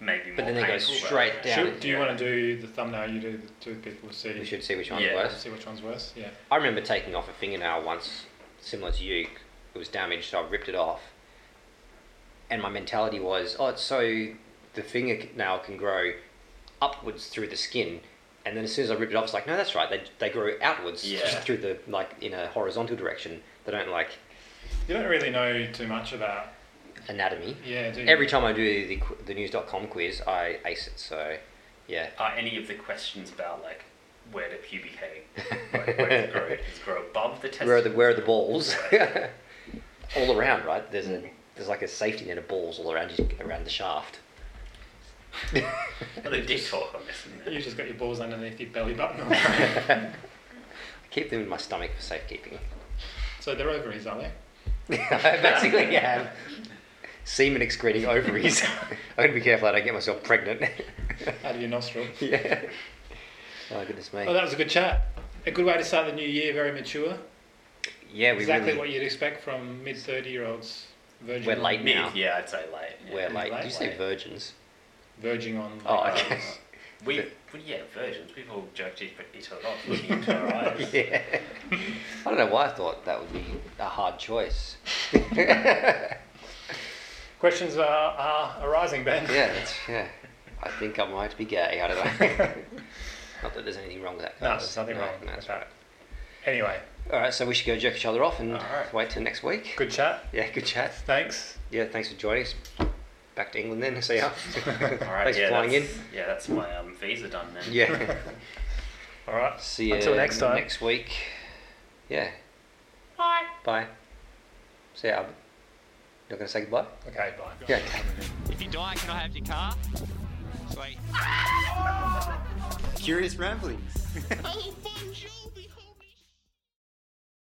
F: Maybe more
E: But then it goes
F: painful, but-
E: straight down.
B: Should, do you want to do the thumbnail? You do the toothpick. We'll see.
E: We should see which one's
F: Yeah.
E: worse.
B: See which one's worse. Yeah.
E: I remember taking off a fingernail once, similar to you. It was damaged, so I ripped it off. And my mentality was, oh, it's so the fingernail can grow upwards through the skin. And then as soon as I ripped it off, it's like, no, that's right. They, they grow outwards
F: Yeah.
E: just through the, like, in a horizontal direction. They don't like
B: You don't really know too much about.
E: anatomy.
B: Yeah. Do you?
E: Every time I do the, qu- the news.com quiz, I ace it. So, yeah.
F: Are any of the questions about like where the pubic hair, like, where does it grow? Does it grow above the testicles?
E: Where are the, where are the balls? all around, right? There's a there's like a safety net of balls all around you, around the shaft.
F: Well, they did talk on this. didn't they?
B: You just got your balls underneath your belly button.
E: I keep them in my stomach for safekeeping.
B: so they're ovaries, aren't they?
E: I basically have semen excreting ovaries. I gotta be careful I don't get myself pregnant.
B: Out of your nostril.
E: yeah. Oh goodness me.
B: Oh, that was a good chat. A good way to start the new year. Very mature.
E: yeah, we
B: exactly
E: really
B: what you'd expect from mid thirty-year-olds. Virgin.
E: We're late
B: on-
F: Mid,
E: now.
F: yeah, I'd say late. yeah.
E: we're like.
B: Like uh,
E: Did you say
B: what?
E: virgins?
B: Verging on.
E: Oh,
B: late
E: okay.
B: hours.
F: We, we, yeah, virgins. We've all jerked each each other off looking into our eyes.
E: Yeah. I don't know why I thought that would be a hard choice.
B: Questions are, are arising, Ben.
E: Yeah, that's, yeah. I think I might be gay. I don't know. Not that there's anything wrong with that.
B: No,
E: guys.
B: there's nothing
E: No,
B: wrong.
E: no,
B: with
E: that's right.
B: that. Anyway,
E: All right, so we should go jerk each other off and
B: All right.
E: wait till next week.
B: good chat.
E: Yeah, good chat.
B: Thanks.
E: Yeah, thanks for joining us. Back to England then. See ya.
F: All right,
E: thanks
F: yeah,
E: for flying in.
F: that's, Yeah, that's my um, visa done then.
E: Yeah.
B: All right.
E: See you
B: Until next time.
E: Next week. Yeah. Bye. Bye. See ya. Albert. You're not gonna say goodbye.
B: Okay, bye.
E: Yeah.
A: If you die, can I have your car? Sweet.
G: Curious ramblings.
H: Oh, bonjour,